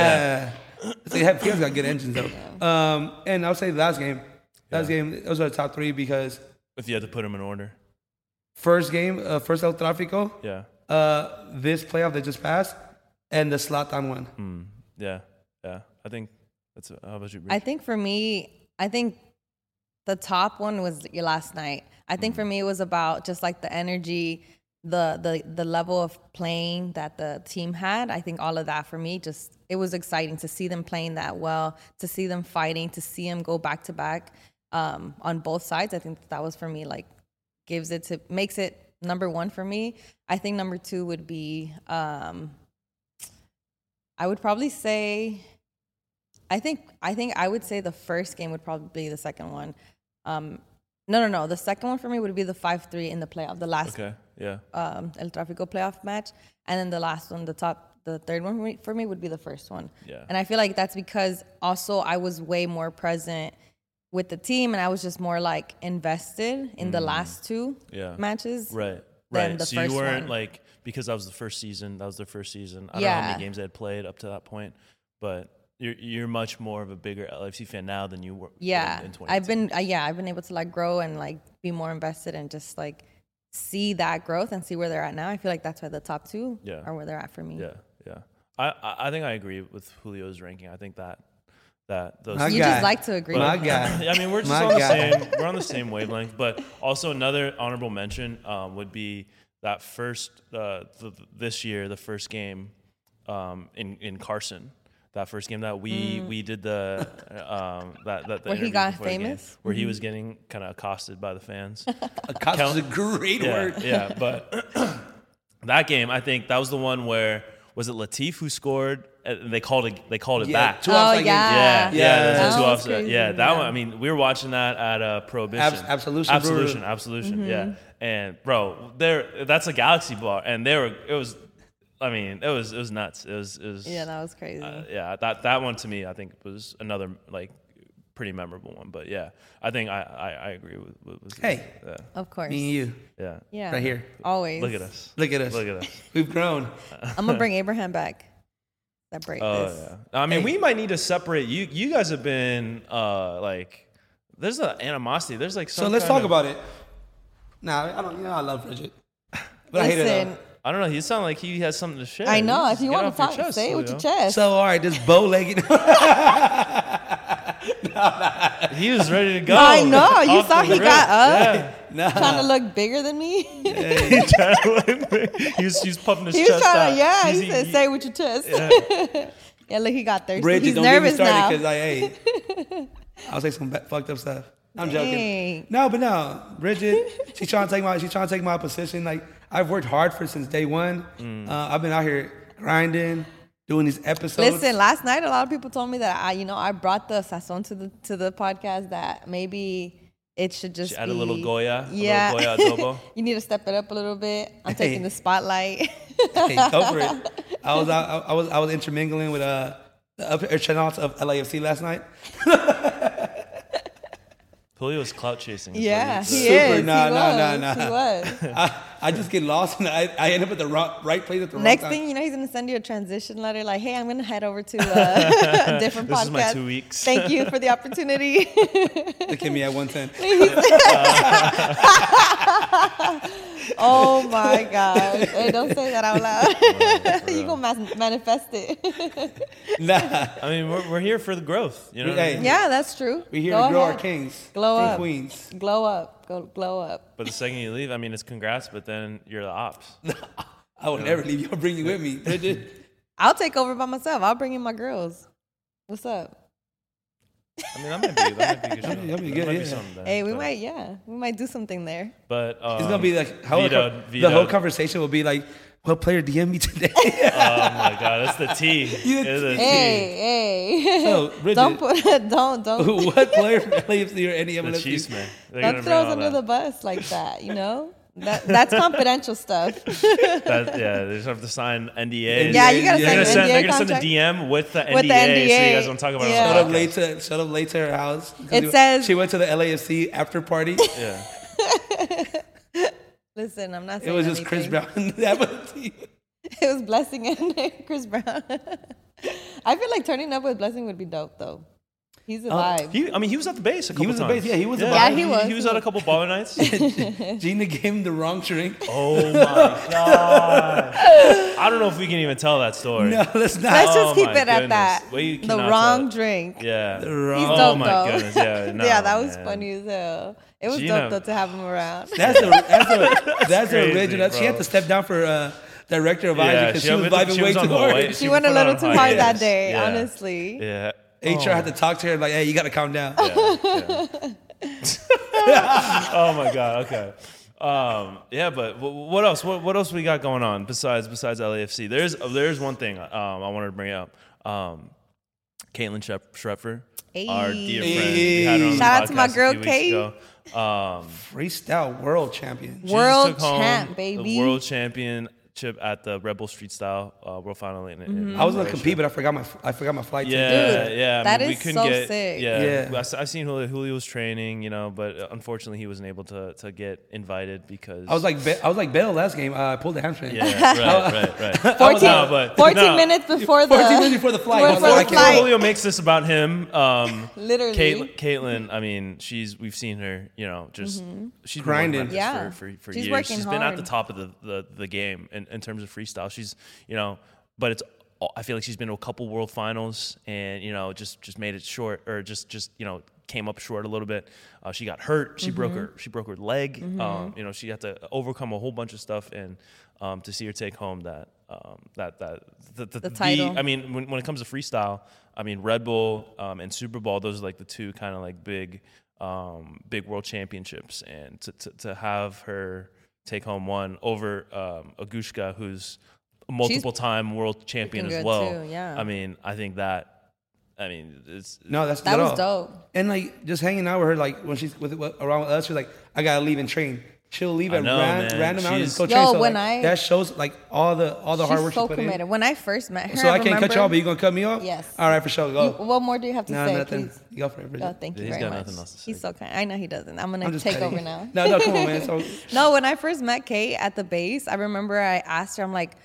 Speaker 4: Yeah. they have Fiat's got good engines though. Um, and I'll say the last game, last game, those are the top three because
Speaker 2: if you had to put them in order.
Speaker 4: first game, uh, first El Tráfico,
Speaker 2: Yeah,
Speaker 4: uh, this playoff that just passed, and the Slatan one.
Speaker 2: Mm. yeah, yeah. I think that's how about you? Bree?
Speaker 3: I think for me, I think the top one was your last night. I think for me it was about just like the energy, the the the level of playing that the team had. I think all of that for me just it was exciting to see them playing that well, to see them fighting, to see them go back to back um, on both sides. I think that was for me like gives it to makes it number one for me. I think number two would be um, I would probably say I think I think I would say the first game would probably be the second one. Um, no, no, no. The second one for me would be the five three in the playoff, the last
Speaker 2: okay, yeah,
Speaker 3: um, El Tráfico playoff match, and then the last one, the top, the third one for me- for me would be the first one.
Speaker 2: Yeah.
Speaker 3: And I feel like that's because also I was way more present with the team, and I was just more like invested in the last two
Speaker 2: Mm. Yeah.
Speaker 3: matches.
Speaker 2: right,
Speaker 3: than
Speaker 2: right.
Speaker 3: the
Speaker 2: So you
Speaker 3: first
Speaker 2: weren't
Speaker 3: one.
Speaker 2: like because that was the first season. That was their first season. I don't know how
Speaker 3: Yeah.
Speaker 2: many games they had played up to that point, but you're you're much more of a bigger LFC fan now than you were.
Speaker 3: yeah
Speaker 2: in, in 2018.
Speaker 3: i've been uh, yeah i've been able to like grow and like be more invested and just like see that growth and see where they're at now i feel like that's why the top two
Speaker 2: Yeah.
Speaker 3: are where they're at for me
Speaker 2: Yeah, yeah. I, I I think I agree with Julio's ranking. I think that that those.
Speaker 4: My
Speaker 3: you
Speaker 4: guy.
Speaker 3: just like to agree
Speaker 4: My
Speaker 3: with me.
Speaker 4: guy.
Speaker 2: I mean, we're just
Speaker 4: My
Speaker 2: on the
Speaker 4: guy.
Speaker 2: same. We're on the same wavelength. But also another honorable mention um, would be that first uh, th- this year, the first game um, in in Carson. That first game that we we did the um, that that the
Speaker 3: Hmm. Where he
Speaker 2: interview
Speaker 3: got
Speaker 2: before the game,
Speaker 3: famous? Mm-hmm.
Speaker 2: where he was getting kind of accosted by the fans.
Speaker 4: Acosta is a great
Speaker 2: yeah,
Speaker 4: word.
Speaker 2: yeah. But that game, I think that was the one where was it Latif who scored? And they called it. They called it
Speaker 4: Yeah,
Speaker 2: back.
Speaker 4: two
Speaker 3: Oh,
Speaker 4: offside games.
Speaker 2: Yeah,
Speaker 3: yeah.
Speaker 2: yeah,
Speaker 4: Yeah.
Speaker 2: that's
Speaker 3: That
Speaker 2: two
Speaker 3: was
Speaker 2: offset.
Speaker 3: crazy,
Speaker 2: Yeah, that
Speaker 3: yeah.
Speaker 2: one. I mean, we were watching that at uh, Prohibition,
Speaker 4: Abs- Absolution Brewery.
Speaker 2: Absolution, Absolution.
Speaker 3: Mm-hmm.
Speaker 2: Yeah, and bro, there, that's a Galaxy bar, and they were. It was, I mean, it was, it was nuts. It was, it was.
Speaker 3: yeah that was crazy
Speaker 2: uh, yeah, that that one to me, I think was another like pretty memorable one. But yeah, I think I I, I agree with. with, with
Speaker 4: Hey.
Speaker 2: yeah,
Speaker 3: of course
Speaker 4: Me and you,
Speaker 2: yeah,
Speaker 3: yeah
Speaker 4: right here.
Speaker 3: always
Speaker 2: Look at us.
Speaker 4: Look at us.
Speaker 2: Look at us.
Speaker 4: We've grown.
Speaker 3: i'm gonna bring abraham back that break
Speaker 2: Oh
Speaker 3: this
Speaker 2: yeah. I mean,
Speaker 4: Hey.
Speaker 2: we might need to separate. You you guys have been uh like. There's an animosity. There's like some
Speaker 4: So let's
Speaker 2: kind
Speaker 4: talk
Speaker 2: of-
Speaker 4: about it. Nah, I don't. You know, I love Bridget, but I hate it.
Speaker 3: listen
Speaker 4: all.
Speaker 2: I don't know. He sounded like he has something to share.
Speaker 3: i know if
Speaker 2: Just
Speaker 3: you
Speaker 2: get
Speaker 3: want
Speaker 2: off
Speaker 3: to
Speaker 2: your
Speaker 3: talk
Speaker 2: chest,
Speaker 3: say it with your
Speaker 2: Julio.
Speaker 3: chest
Speaker 4: So all right, this bow-legged.
Speaker 2: He was ready to go.
Speaker 3: i know you
Speaker 2: Off
Speaker 3: saw
Speaker 2: the
Speaker 3: he
Speaker 2: rip.
Speaker 3: got up
Speaker 4: nah.
Speaker 3: trying to look bigger than me
Speaker 2: he was, he was puffing his
Speaker 3: he was
Speaker 2: chest
Speaker 3: trying
Speaker 2: out.
Speaker 3: to yeah
Speaker 2: He's-
Speaker 3: he said say it with your chest yeah, look he got thirsty
Speaker 4: Bridget,
Speaker 3: he's
Speaker 4: don't get me
Speaker 3: nervous
Speaker 4: started
Speaker 3: now
Speaker 4: because I ate. I'll say some ba- fucked up stuff. I'm joking.
Speaker 3: Dang.
Speaker 4: No, but no, Bridget, she's trying to take my she's trying to take my position. Like I've worked hard for since day one.
Speaker 2: Mm.
Speaker 4: Uh, I've been out here grinding, doing these episodes.
Speaker 3: Listen, last night a lot of people told me that I, you know, I brought the sazon to the to the podcast that maybe it should just
Speaker 2: Should add a
Speaker 3: be-
Speaker 2: little goya, a little
Speaker 3: yeah.
Speaker 2: goya adobo.
Speaker 3: you need to step it up a little bit. I'm taking
Speaker 4: Hey.
Speaker 3: the spotlight.
Speaker 4: Hey, go for it. I was out, I, I was I was intermingling with uh the upper channels of LAFC last night.
Speaker 2: Julio was clout chasing. is what
Speaker 3: yeah,
Speaker 2: he
Speaker 3: he
Speaker 2: said.
Speaker 4: Super.
Speaker 3: is.
Speaker 4: Nah,
Speaker 3: he
Speaker 4: nah,
Speaker 3: was.
Speaker 4: nah, nah.
Speaker 3: He was.
Speaker 4: I, I just get lost and I, I end up at the wrong, right place at the
Speaker 3: Next
Speaker 4: wrong time.
Speaker 3: thing you know, he's gonna send you a transition letter like, "Hey, I'm gonna head over to uh, a different
Speaker 2: This
Speaker 3: podcast.
Speaker 2: is my two weeks.
Speaker 3: Thank you for the opportunity."
Speaker 4: Look at me at 110.
Speaker 3: oh my gosh! Hey, don't say that out loud. you gonna mas- manifest it?
Speaker 4: Nah,
Speaker 2: I mean, we're, we're here for the growth. You know. what I
Speaker 4: Hey.
Speaker 2: mean?
Speaker 3: yeah, that's true.
Speaker 4: we here
Speaker 3: Go
Speaker 4: to grow our
Speaker 3: ahead.
Speaker 4: kings
Speaker 3: Glow
Speaker 4: and
Speaker 3: up.
Speaker 4: queens.
Speaker 3: Glow up. Go glow up.
Speaker 2: But the second you leave, I mean, it's congrats. But then you're the ops.
Speaker 4: I will never leave you. I'll bring you with me. Bridget.
Speaker 3: I'll take over by myself. I'll bring in my girls. What's up?
Speaker 2: I mean, that might be that might be a good.
Speaker 4: That'd be-
Speaker 2: show.
Speaker 4: that'd be
Speaker 2: That
Speaker 4: good,
Speaker 2: might
Speaker 4: yeah.
Speaker 2: something there,
Speaker 3: Hey, we
Speaker 2: but-
Speaker 3: might, yeah, we might do something there.
Speaker 2: But um,
Speaker 4: It's gonna be like how
Speaker 2: vetoed,
Speaker 4: the whole
Speaker 2: vetoed.
Speaker 4: conversation will be like, what player DM me today?
Speaker 2: Oh my god, that's the T. It's the T.
Speaker 3: Hey, hey,
Speaker 4: Oh, Bridget.
Speaker 3: don't put, don't, don't,
Speaker 4: what player from LAFC or any
Speaker 2: The
Speaker 4: MLS?
Speaker 2: Chiefs,
Speaker 4: team?
Speaker 2: man. They're
Speaker 3: don't
Speaker 2: gonna
Speaker 3: throw us
Speaker 2: bring
Speaker 3: under
Speaker 2: all
Speaker 3: the bus like that. You know, that that's confidential stuff.
Speaker 2: that. That- yeah, they just have to sign NDAs.
Speaker 3: Yeah, you
Speaker 2: They're
Speaker 3: gotta
Speaker 4: You're
Speaker 3: sign
Speaker 2: gonna
Speaker 3: an
Speaker 2: send, they're
Speaker 3: NDA
Speaker 2: gonna send a
Speaker 3: contract.
Speaker 2: DM with the NDA,
Speaker 3: With the
Speaker 2: so you
Speaker 3: NDA,
Speaker 2: guys don't talk about
Speaker 3: yeah.
Speaker 2: it.
Speaker 4: Shut
Speaker 2: On
Speaker 4: up
Speaker 2: the podcast.
Speaker 4: late to shut up late to her house. 'Cause
Speaker 3: It
Speaker 4: we-
Speaker 3: says-
Speaker 4: she went to the LAFC after party.
Speaker 2: Yeah.
Speaker 3: Listen, I'm not
Speaker 4: It
Speaker 3: saying
Speaker 4: was just Chris
Speaker 3: anything.
Speaker 4: Brown. That was the-
Speaker 3: It was Blessing and Chris Brown. I feel like turning up with Blessing would be dope though. He's a vibe.
Speaker 2: Oh, He, I mean, he was at the base a couple
Speaker 4: was at
Speaker 2: times.
Speaker 4: the base, yeah, he was at
Speaker 3: Yeah, he was,
Speaker 2: He
Speaker 3: he
Speaker 2: was at a
Speaker 3: was.
Speaker 2: couple baller nights.
Speaker 4: Gina gave him the wrong drink.
Speaker 2: oh my god! I don't know if we can even tell that story.
Speaker 4: No, let's not.
Speaker 3: Let's
Speaker 2: Oh
Speaker 3: just keep
Speaker 2: my
Speaker 3: it at that.
Speaker 2: goodness. Well, you
Speaker 3: the
Speaker 2: cannot
Speaker 3: wrong
Speaker 2: tell.
Speaker 3: drink.
Speaker 2: Yeah.
Speaker 4: wrong-
Speaker 3: He's
Speaker 2: oh
Speaker 3: dope
Speaker 2: my
Speaker 3: though.
Speaker 2: goodness. Yeah. No,
Speaker 3: yeah, that was
Speaker 2: man.
Speaker 3: funny as hell. It was
Speaker 2: Gina-
Speaker 3: dope though to have him around.
Speaker 4: That's the that's the that's the
Speaker 2: crazy,
Speaker 4: original. She had
Speaker 2: bro.
Speaker 4: to step down for uh, director of
Speaker 2: Yeah,
Speaker 4: yeah, because she, was
Speaker 2: went-
Speaker 4: vibing
Speaker 2: she
Speaker 4: way
Speaker 2: was on
Speaker 4: too
Speaker 2: the
Speaker 4: hard.
Speaker 2: way-
Speaker 3: She went a
Speaker 2: put
Speaker 3: little
Speaker 2: on
Speaker 3: too hard that
Speaker 2: hiatus.
Speaker 3: day,
Speaker 2: Yeah.
Speaker 3: honestly.
Speaker 2: Yeah.
Speaker 4: HR had to talk to her like, hey, you got to calm down.
Speaker 2: Yeah, yeah. oh my god. Okay. Um, yeah, but wh- what else? What, what else we got going on besides besides LAFC? There's there's one thing um, I wanted to bring up. Um, Caitlin Shep- Shreffer, our
Speaker 3: Hey.
Speaker 2: dear friend, we had her on the
Speaker 3: Shout out to my
Speaker 2: podcast a
Speaker 3: girl,
Speaker 2: few weeks
Speaker 3: Kate.
Speaker 2: ago. Um,
Speaker 4: Freestyle world champion.
Speaker 2: she just
Speaker 3: World
Speaker 2: took home
Speaker 3: champ,
Speaker 2: the
Speaker 3: baby.
Speaker 2: world championship at the Rebel Street Style uh, World Final in, in
Speaker 4: I was gonna compete, but I forgot my I forgot my flight. ticket.
Speaker 2: Yeah,
Speaker 3: Mm-hmm. Dude,
Speaker 2: yeah. I
Speaker 3: that
Speaker 2: mean, we
Speaker 3: is
Speaker 2: couldn't
Speaker 3: so
Speaker 2: get,
Speaker 3: sick.
Speaker 2: Yeah,
Speaker 4: Yeah.
Speaker 2: I, have seen Julio. Julio was training, you know, but uh, unfortunately, he wasn't able to to get invited because
Speaker 4: I was like Be- I was like Bell last game. Uh, I pulled the hamstring.
Speaker 2: yeah, right, right, right.
Speaker 3: 14,
Speaker 2: Oh, No, but-
Speaker 3: 14
Speaker 2: no.
Speaker 3: minutes before the
Speaker 4: 14 minutes before the flight. Oh, I was
Speaker 3: before
Speaker 4: like,
Speaker 3: the
Speaker 4: I can't-
Speaker 3: flight.
Speaker 2: Julio makes this about him. Um,
Speaker 3: Literally.
Speaker 2: Cait- Caitlin, I mean, she's we've seen her, you know, just she's been working
Speaker 4: Grinding.
Speaker 2: at this
Speaker 3: Mm-hmm. Yeah.
Speaker 2: for, for, for
Speaker 3: She's
Speaker 2: years.
Speaker 3: working
Speaker 2: she's been at the
Speaker 3: hard.
Speaker 2: top of the the, the game in, in terms of freestyle. She's you know, but it's I feel like she's been to a couple world finals and you know just just made it short or just just you know came up short a little bit. Uh, she got hurt. She
Speaker 3: Mm-hmm.
Speaker 2: broke her she broke her leg. Um, you know she had to overcome a whole bunch of stuff and um, to see her take home that. Um, that that the, the,
Speaker 3: title.
Speaker 2: I mean, when, when it comes to freestyle, I mean Red Bull um, and Super Bowl, those are like the two kind of like big, um, big world championships. And to, to to have her take home one over um, Agushka, who's a multiple time world champion
Speaker 3: looking
Speaker 2: as
Speaker 3: good
Speaker 2: well.
Speaker 3: too, yeah.
Speaker 2: I mean, I think that. I mean, it's
Speaker 4: No, that's
Speaker 3: That
Speaker 4: not
Speaker 3: was
Speaker 4: all.
Speaker 3: dope.
Speaker 4: And like just hanging out with her, like when she's with around with us, she's like, I gotta leave and train. She'll leave
Speaker 2: I
Speaker 4: at
Speaker 2: know,
Speaker 4: ran-
Speaker 2: man.
Speaker 4: random hours
Speaker 2: She's-
Speaker 4: and go
Speaker 3: Yo,
Speaker 4: train. So,
Speaker 3: when
Speaker 4: like,
Speaker 3: I-
Speaker 4: that shows like all the all the hard work
Speaker 3: She's so
Speaker 4: she put in.
Speaker 3: committed. When I first met her,
Speaker 4: So I can't
Speaker 3: remember,
Speaker 4: cut you off, but you gonna cut me off?
Speaker 3: Yes.
Speaker 4: All right, for sure. Go.
Speaker 3: You- what more do you have to
Speaker 4: no,
Speaker 3: say?
Speaker 4: nothing.
Speaker 3: Please.
Speaker 4: You go for it, Bridget.
Speaker 3: Oh, thank you
Speaker 2: He's
Speaker 3: very
Speaker 2: got
Speaker 3: much.
Speaker 2: nothing else to say.
Speaker 3: He's so kind. I know he doesn't. I'm
Speaker 4: I'm
Speaker 3: gonna
Speaker 4: just
Speaker 3: take
Speaker 4: kidding.
Speaker 3: over now.
Speaker 4: No, no, come on, man. So
Speaker 3: No, when I first met Kate at the base, I remember I asked her, I'm like,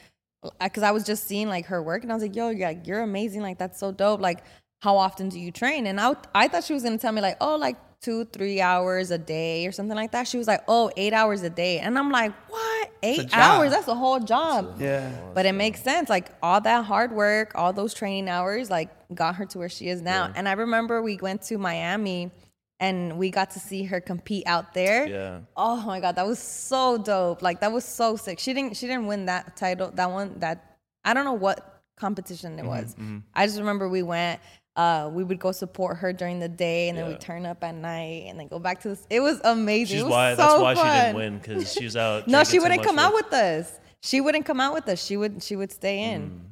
Speaker 3: because I was just seeing like her work, and I was like, yo, yeah, you're amazing. Like that's so dope. Like, how often do you train? And I, I thought she was gonna tell me like, oh, like two, three hours a day or something like that. She was like, oh, eight hours a day, and I'm like, what? Eight
Speaker 4: job.
Speaker 3: hours? That's a whole job.
Speaker 4: yeah.
Speaker 3: But it makes sense. Like all that hard work, all those training hours, like got her to where she is now. And I remember we went to Miami and we got to see her compete out there.
Speaker 2: Yeah.
Speaker 3: Oh my god, that was so dope. Like that was so sick. She didn't she didn't win that title, that one that I don't know what competition
Speaker 2: Mm-hmm,
Speaker 3: it was. I just remember we went uh, we would go support her during the day and then
Speaker 2: Yeah.
Speaker 3: we'd turn up at night and then go back to this. It was amazing.
Speaker 2: she's
Speaker 3: it was
Speaker 2: why
Speaker 3: so
Speaker 2: that's why
Speaker 3: fun.
Speaker 2: she didn't win because she was out.
Speaker 3: No,
Speaker 2: drinking
Speaker 3: she
Speaker 2: too
Speaker 3: wouldn't
Speaker 2: much
Speaker 3: come
Speaker 2: with-
Speaker 3: out with us. She wouldn't come out with us. She would she would stay in.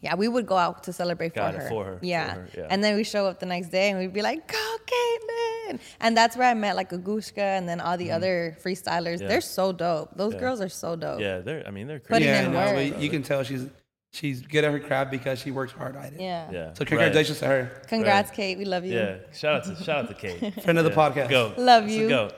Speaker 3: Yeah, we would go out to celebrate
Speaker 2: Mm, Got
Speaker 3: for,
Speaker 2: it,
Speaker 3: her.
Speaker 2: for her, for
Speaker 3: Yeah.
Speaker 2: her, yeah.
Speaker 3: And then we show up the next day and we'd be like, "Go, Caitlin!" And that's where I met like Agushka and then all the other freestylers.
Speaker 2: Mm. Yeah.
Speaker 3: They're so dope. Those
Speaker 2: Yeah.
Speaker 3: girls are so dope.
Speaker 2: Yeah, they're. I mean, they're
Speaker 3: But
Speaker 2: crazy.
Speaker 3: it
Speaker 4: Yeah,
Speaker 3: didn't
Speaker 4: no,
Speaker 3: work.
Speaker 4: but you can tell she's she's good at her craft because she works hard at it.
Speaker 3: Yeah.
Speaker 2: Yeah.
Speaker 4: So
Speaker 2: Right.
Speaker 4: congratulations to her.
Speaker 3: Congrats,
Speaker 2: Right.
Speaker 3: Kate. We love you.
Speaker 2: Yeah. Shout out to shout out to Kate.
Speaker 4: Friend of the podcast.
Speaker 2: Go.
Speaker 3: Love
Speaker 2: That's the
Speaker 3: you.
Speaker 2: goat.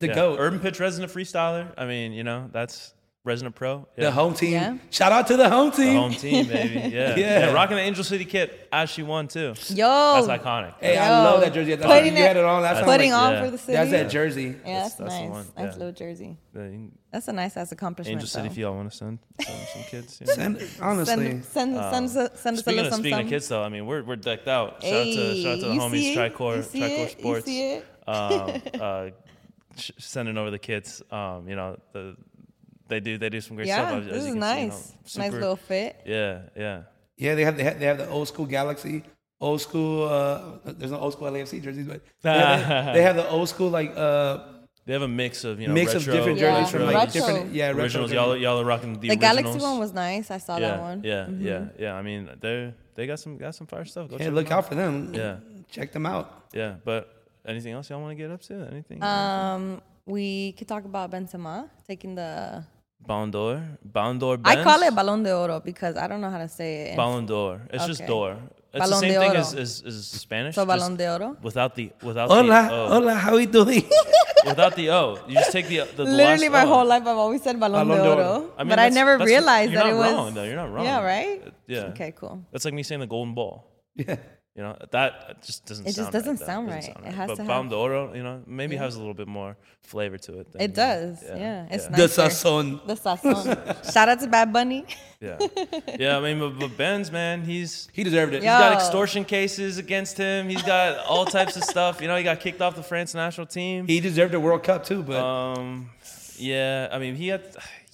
Speaker 4: The
Speaker 2: Yeah.
Speaker 4: GOAT.
Speaker 2: Urban Pitch resident freestyler. I mean, you know, that's resident pro. Yeah.
Speaker 4: The home team.
Speaker 3: Yeah.
Speaker 4: Shout out to the home team.
Speaker 2: The home team, baby. Yeah. yeah.
Speaker 4: Yeah.
Speaker 2: Rocking the Angel City kit as she won, too.
Speaker 3: Yo.
Speaker 2: That's iconic.
Speaker 4: Hey, I
Speaker 3: Yo.
Speaker 4: love that jersey. That's
Speaker 3: Putting
Speaker 4: you had
Speaker 3: it-
Speaker 4: it on last time.
Speaker 3: Putting
Speaker 4: like,
Speaker 3: on
Speaker 2: Yeah.
Speaker 3: for the city.
Speaker 4: That's that jersey.
Speaker 3: yeah, that's,
Speaker 2: That's- that's the
Speaker 3: nice.
Speaker 2: one,
Speaker 3: nice
Speaker 2: yeah.
Speaker 3: little jersey.
Speaker 2: The
Speaker 3: That's a nice ass accomplishment.
Speaker 2: Angel City,
Speaker 3: though.
Speaker 2: if y'all want to send, send some kids. You know?
Speaker 4: And honestly,
Speaker 3: Send send send send us a
Speaker 2: um, Speaking,
Speaker 3: little
Speaker 2: of,
Speaker 3: something.
Speaker 2: speaking of kids, though, I mean, we're, we're decked out. Shout, out, to, shout out to the
Speaker 3: Hey, you
Speaker 2: homies,
Speaker 3: see it? You
Speaker 2: Tricor,
Speaker 3: see
Speaker 2: Tricor
Speaker 3: it? You
Speaker 2: Sports.
Speaker 3: see it?
Speaker 2: Um, uh, sh- sending over the kids. Um, you know, the, they do they do some great
Speaker 3: Yeah,
Speaker 2: stuff. as- as
Speaker 3: this
Speaker 2: you can
Speaker 3: is
Speaker 2: see, you know,
Speaker 3: nice. nice
Speaker 2: super-
Speaker 3: little fit.
Speaker 2: Yeah, yeah.
Speaker 4: yeah, they have, they have they have the old school Galaxy old school. Uh, there's no old school LAFC jerseys, but they have, they have the old school like uh,
Speaker 2: They have a mix of you know
Speaker 4: mix
Speaker 2: retro,
Speaker 4: of different
Speaker 3: Yeah.
Speaker 4: jerseys from like
Speaker 3: retros.
Speaker 4: different yeah retro
Speaker 2: originals.
Speaker 4: jerseys.
Speaker 2: Y'all, y'all are rocking the,
Speaker 3: The
Speaker 2: originals.
Speaker 3: Galaxy one was nice. I saw
Speaker 2: yeah,
Speaker 3: that one. Mm-hmm.
Speaker 2: yeah, yeah, yeah. I mean, they they got some got some fire stuff. Go
Speaker 4: Hey,
Speaker 2: check
Speaker 4: look
Speaker 2: them out.
Speaker 4: out for them.
Speaker 2: Yeah.
Speaker 4: check them out.
Speaker 2: Yeah, but anything else y'all want to get up to? Anything?
Speaker 3: Um, we could talk about Benzema taking the.
Speaker 2: Ballon d'Or, Ballon d'Or.
Speaker 3: I call
Speaker 2: Benz?
Speaker 3: it Balón de Oro because I don't know how to say it. in-
Speaker 2: Ballon d'Or. It's just
Speaker 3: Okay.
Speaker 2: d'Or. It's the
Speaker 3: Ballon
Speaker 2: same
Speaker 3: de
Speaker 2: thing
Speaker 3: Oro.
Speaker 2: as, as, as Spanish.
Speaker 3: So
Speaker 2: just
Speaker 3: Balón de Oro.
Speaker 2: Without the without
Speaker 4: Hola,
Speaker 2: the O.
Speaker 4: hola, how are you doing?
Speaker 2: Without the O, you just take the the, the
Speaker 3: Literally,
Speaker 2: last
Speaker 3: my
Speaker 2: O.
Speaker 3: whole life I've always said Balón,
Speaker 4: Balón
Speaker 3: de
Speaker 4: de
Speaker 3: Oro,
Speaker 4: Oro.
Speaker 2: Oh. I mean,
Speaker 3: but I
Speaker 2: that's-
Speaker 3: never
Speaker 2: that's-
Speaker 3: realized
Speaker 2: you're
Speaker 3: that it
Speaker 2: not
Speaker 3: was.
Speaker 2: wrong, though. You're not wrong.
Speaker 3: Yeah, right.
Speaker 2: Uh, yeah.
Speaker 3: Okay, cool.
Speaker 2: That's like me saying the golden ball.
Speaker 4: yeah.
Speaker 2: You know that just doesn't.
Speaker 3: It just
Speaker 2: sound
Speaker 3: doesn't
Speaker 2: right. That
Speaker 3: sound
Speaker 2: doesn't
Speaker 3: right. It has
Speaker 2: but
Speaker 3: to have-
Speaker 2: Balón d'Oro, you know, maybe has a little bit more flavor to it. Than,
Speaker 3: It does. Yeah, it's
Speaker 2: yeah.
Speaker 4: The
Speaker 3: nice.
Speaker 4: sazon.
Speaker 3: The sazon. Shout out to Bad Bunny.
Speaker 2: Yeah, yeah. I mean, but, but Benz, man, he's
Speaker 4: He deserved it.
Speaker 2: he's got
Speaker 3: Yo.
Speaker 2: extortion cases against him. He's got all types of stuff. You know, he got kicked off the France national team.
Speaker 4: He deserved a World Cup too, but
Speaker 2: Um, yeah, I mean, he had.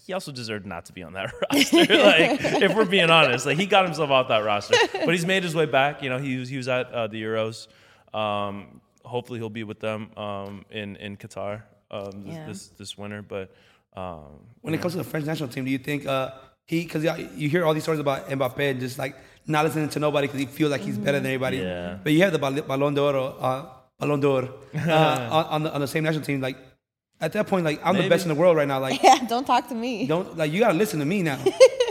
Speaker 2: He also deserved not to be on that roster. like, if we're being honest, like he got himself off that roster, but he's made his way back. You know, he was he was at uh, the Euros. Um, hopefully, he'll be with them um, in in Qatar um, this,
Speaker 3: Yeah.
Speaker 2: this this winter. But um,
Speaker 4: when it comes to the French national team, do you think uh, he? Because you hear all these stories about Mbappe and just like not listening to nobody because he feels like he's better than everybody.
Speaker 2: Mm-hmm. Yeah.
Speaker 4: But you have the Bal- Ballon d'Or, uh, Ballon d'Or uh, on, on the on the same national team. Like at that point, like I'm the best in
Speaker 2: Maybe.
Speaker 4: the world right now. Like
Speaker 3: yeah, don't talk to me.
Speaker 4: don't like you gotta listen to me now.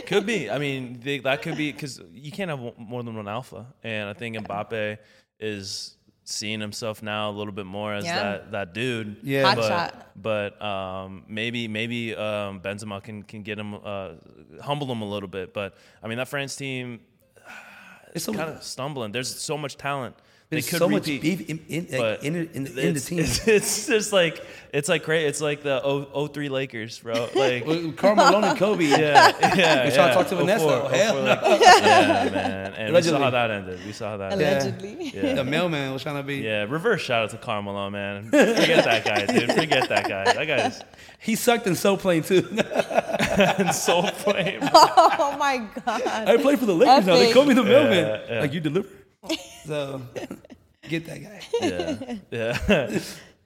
Speaker 2: could be. I mean, they, that could be because you can't have one- more than one alpha. And I think Mbappe is seeing himself now a little bit more as
Speaker 3: Yeah.
Speaker 2: that, that dude.
Speaker 4: Yeah. Hot
Speaker 2: but,
Speaker 3: shot.
Speaker 2: But um, maybe maybe um, Benzema can can get him uh, humble him a little bit. But I mean, that France team
Speaker 4: It's so,
Speaker 2: kind of stumbling. There's so much talent.
Speaker 4: there's
Speaker 2: they could
Speaker 4: so much
Speaker 2: repeat.
Speaker 4: beef in in, like,
Speaker 2: But
Speaker 4: in, in, in, the
Speaker 2: it's-
Speaker 4: team.
Speaker 2: It's, it's just like it's like crazy. It's like the O- 03 Lakers, bro. Like
Speaker 4: Well, Karl Malone and Kobe.
Speaker 2: yeah, yeah.
Speaker 4: We saw
Speaker 2: yeah.
Speaker 4: talk to Vanessa.
Speaker 2: 04,
Speaker 4: Hell
Speaker 2: 04, like- yeah, man. And we saw
Speaker 4: Allegedly.
Speaker 2: how that ended. We saw how that ended.
Speaker 3: Allegedly.
Speaker 2: Yeah.
Speaker 4: The mailman was trying to be.
Speaker 2: Yeah, reverse shout out to Carmelo, man. Forget that guy, dude. Forget that guy. That guy's
Speaker 4: He sucked in so playing too.
Speaker 2: in soul flame.
Speaker 3: oh my god.
Speaker 4: I play for the Lakers now. They
Speaker 3: Epic.
Speaker 4: call me the mailman.
Speaker 2: yeah.
Speaker 4: Like you deliver. So get that guy.
Speaker 2: Yeah, yeah.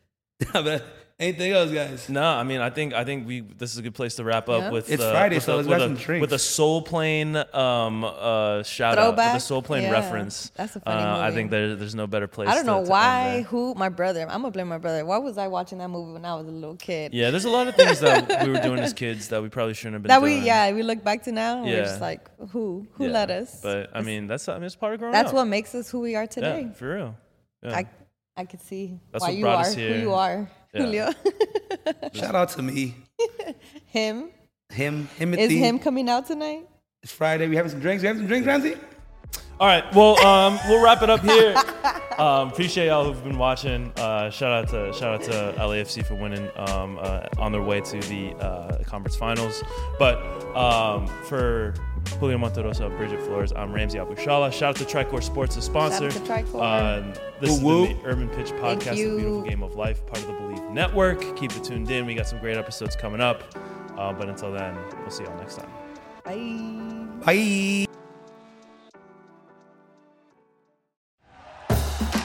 Speaker 4: but anything else, guys?
Speaker 2: No, I mean, I think I think we this is a good place to wrap up
Speaker 3: Yeah.
Speaker 2: with.
Speaker 4: It's
Speaker 2: uh,
Speaker 4: Friday,
Speaker 2: with
Speaker 4: so
Speaker 2: a-
Speaker 4: let's
Speaker 2: with
Speaker 4: grab
Speaker 2: a-
Speaker 4: some drinks.
Speaker 2: With a Soul Plane um, uh, shout out,
Speaker 3: Throwback?
Speaker 2: with a Soul Plane
Speaker 3: Yeah.
Speaker 2: reference.
Speaker 3: That's a funny
Speaker 2: uh, I
Speaker 3: movie.
Speaker 2: think there, there's no better place.
Speaker 3: I don't
Speaker 2: to-
Speaker 3: know
Speaker 2: to end
Speaker 3: why,
Speaker 2: there.
Speaker 3: who, my brother. I'm gonna blame my brother. Why was I watching that movie when I was a little kid?
Speaker 2: Yeah, there's a lot of things that we were doing as kids that we probably shouldn't have been
Speaker 3: That
Speaker 2: doing.
Speaker 3: we yeah, we look back to now and we're
Speaker 2: Yeah.
Speaker 3: just like, who? Who
Speaker 2: Yeah,
Speaker 3: let us?
Speaker 2: But I mean, that's I mean, it's part of growing
Speaker 3: That's
Speaker 2: up.
Speaker 3: what makes us who we are
Speaker 2: yeah,
Speaker 3: today.
Speaker 2: for real. Yeah.
Speaker 3: I I could see
Speaker 2: That's
Speaker 3: why
Speaker 2: what
Speaker 3: you
Speaker 2: brought
Speaker 3: are
Speaker 2: us
Speaker 3: who
Speaker 2: here.
Speaker 3: you are,
Speaker 2: Yeah.
Speaker 3: Julio.
Speaker 4: Shout out to me.
Speaker 3: him
Speaker 4: Him.
Speaker 3: is
Speaker 4: Himothy.
Speaker 3: him coming out tonight?
Speaker 4: It's Friday. We having some drinks. We having some drinks, Ramsey?
Speaker 2: All right, well, um, we'll wrap it up here. Um, appreciate y'all who've been watching. Uh, shout out to shout out to LAFC for winning um, uh, on their way to the uh, conference finals. But um, for Julio Monterosa, Bridget Flores, I'm Ramsey Abushala. Shout out to Tricor Sports, the sponsor.
Speaker 3: Shout out to Tricor.
Speaker 2: Um, this has
Speaker 4: Woo-woo.
Speaker 2: been the Urban Pitch Podcast, the
Speaker 3: you.
Speaker 2: beautiful game of life, part of the Believe Network. Keep it tuned in. We got some great episodes coming up. Uh, but until then, we'll see y'all next time.
Speaker 3: Bye.
Speaker 4: Bye.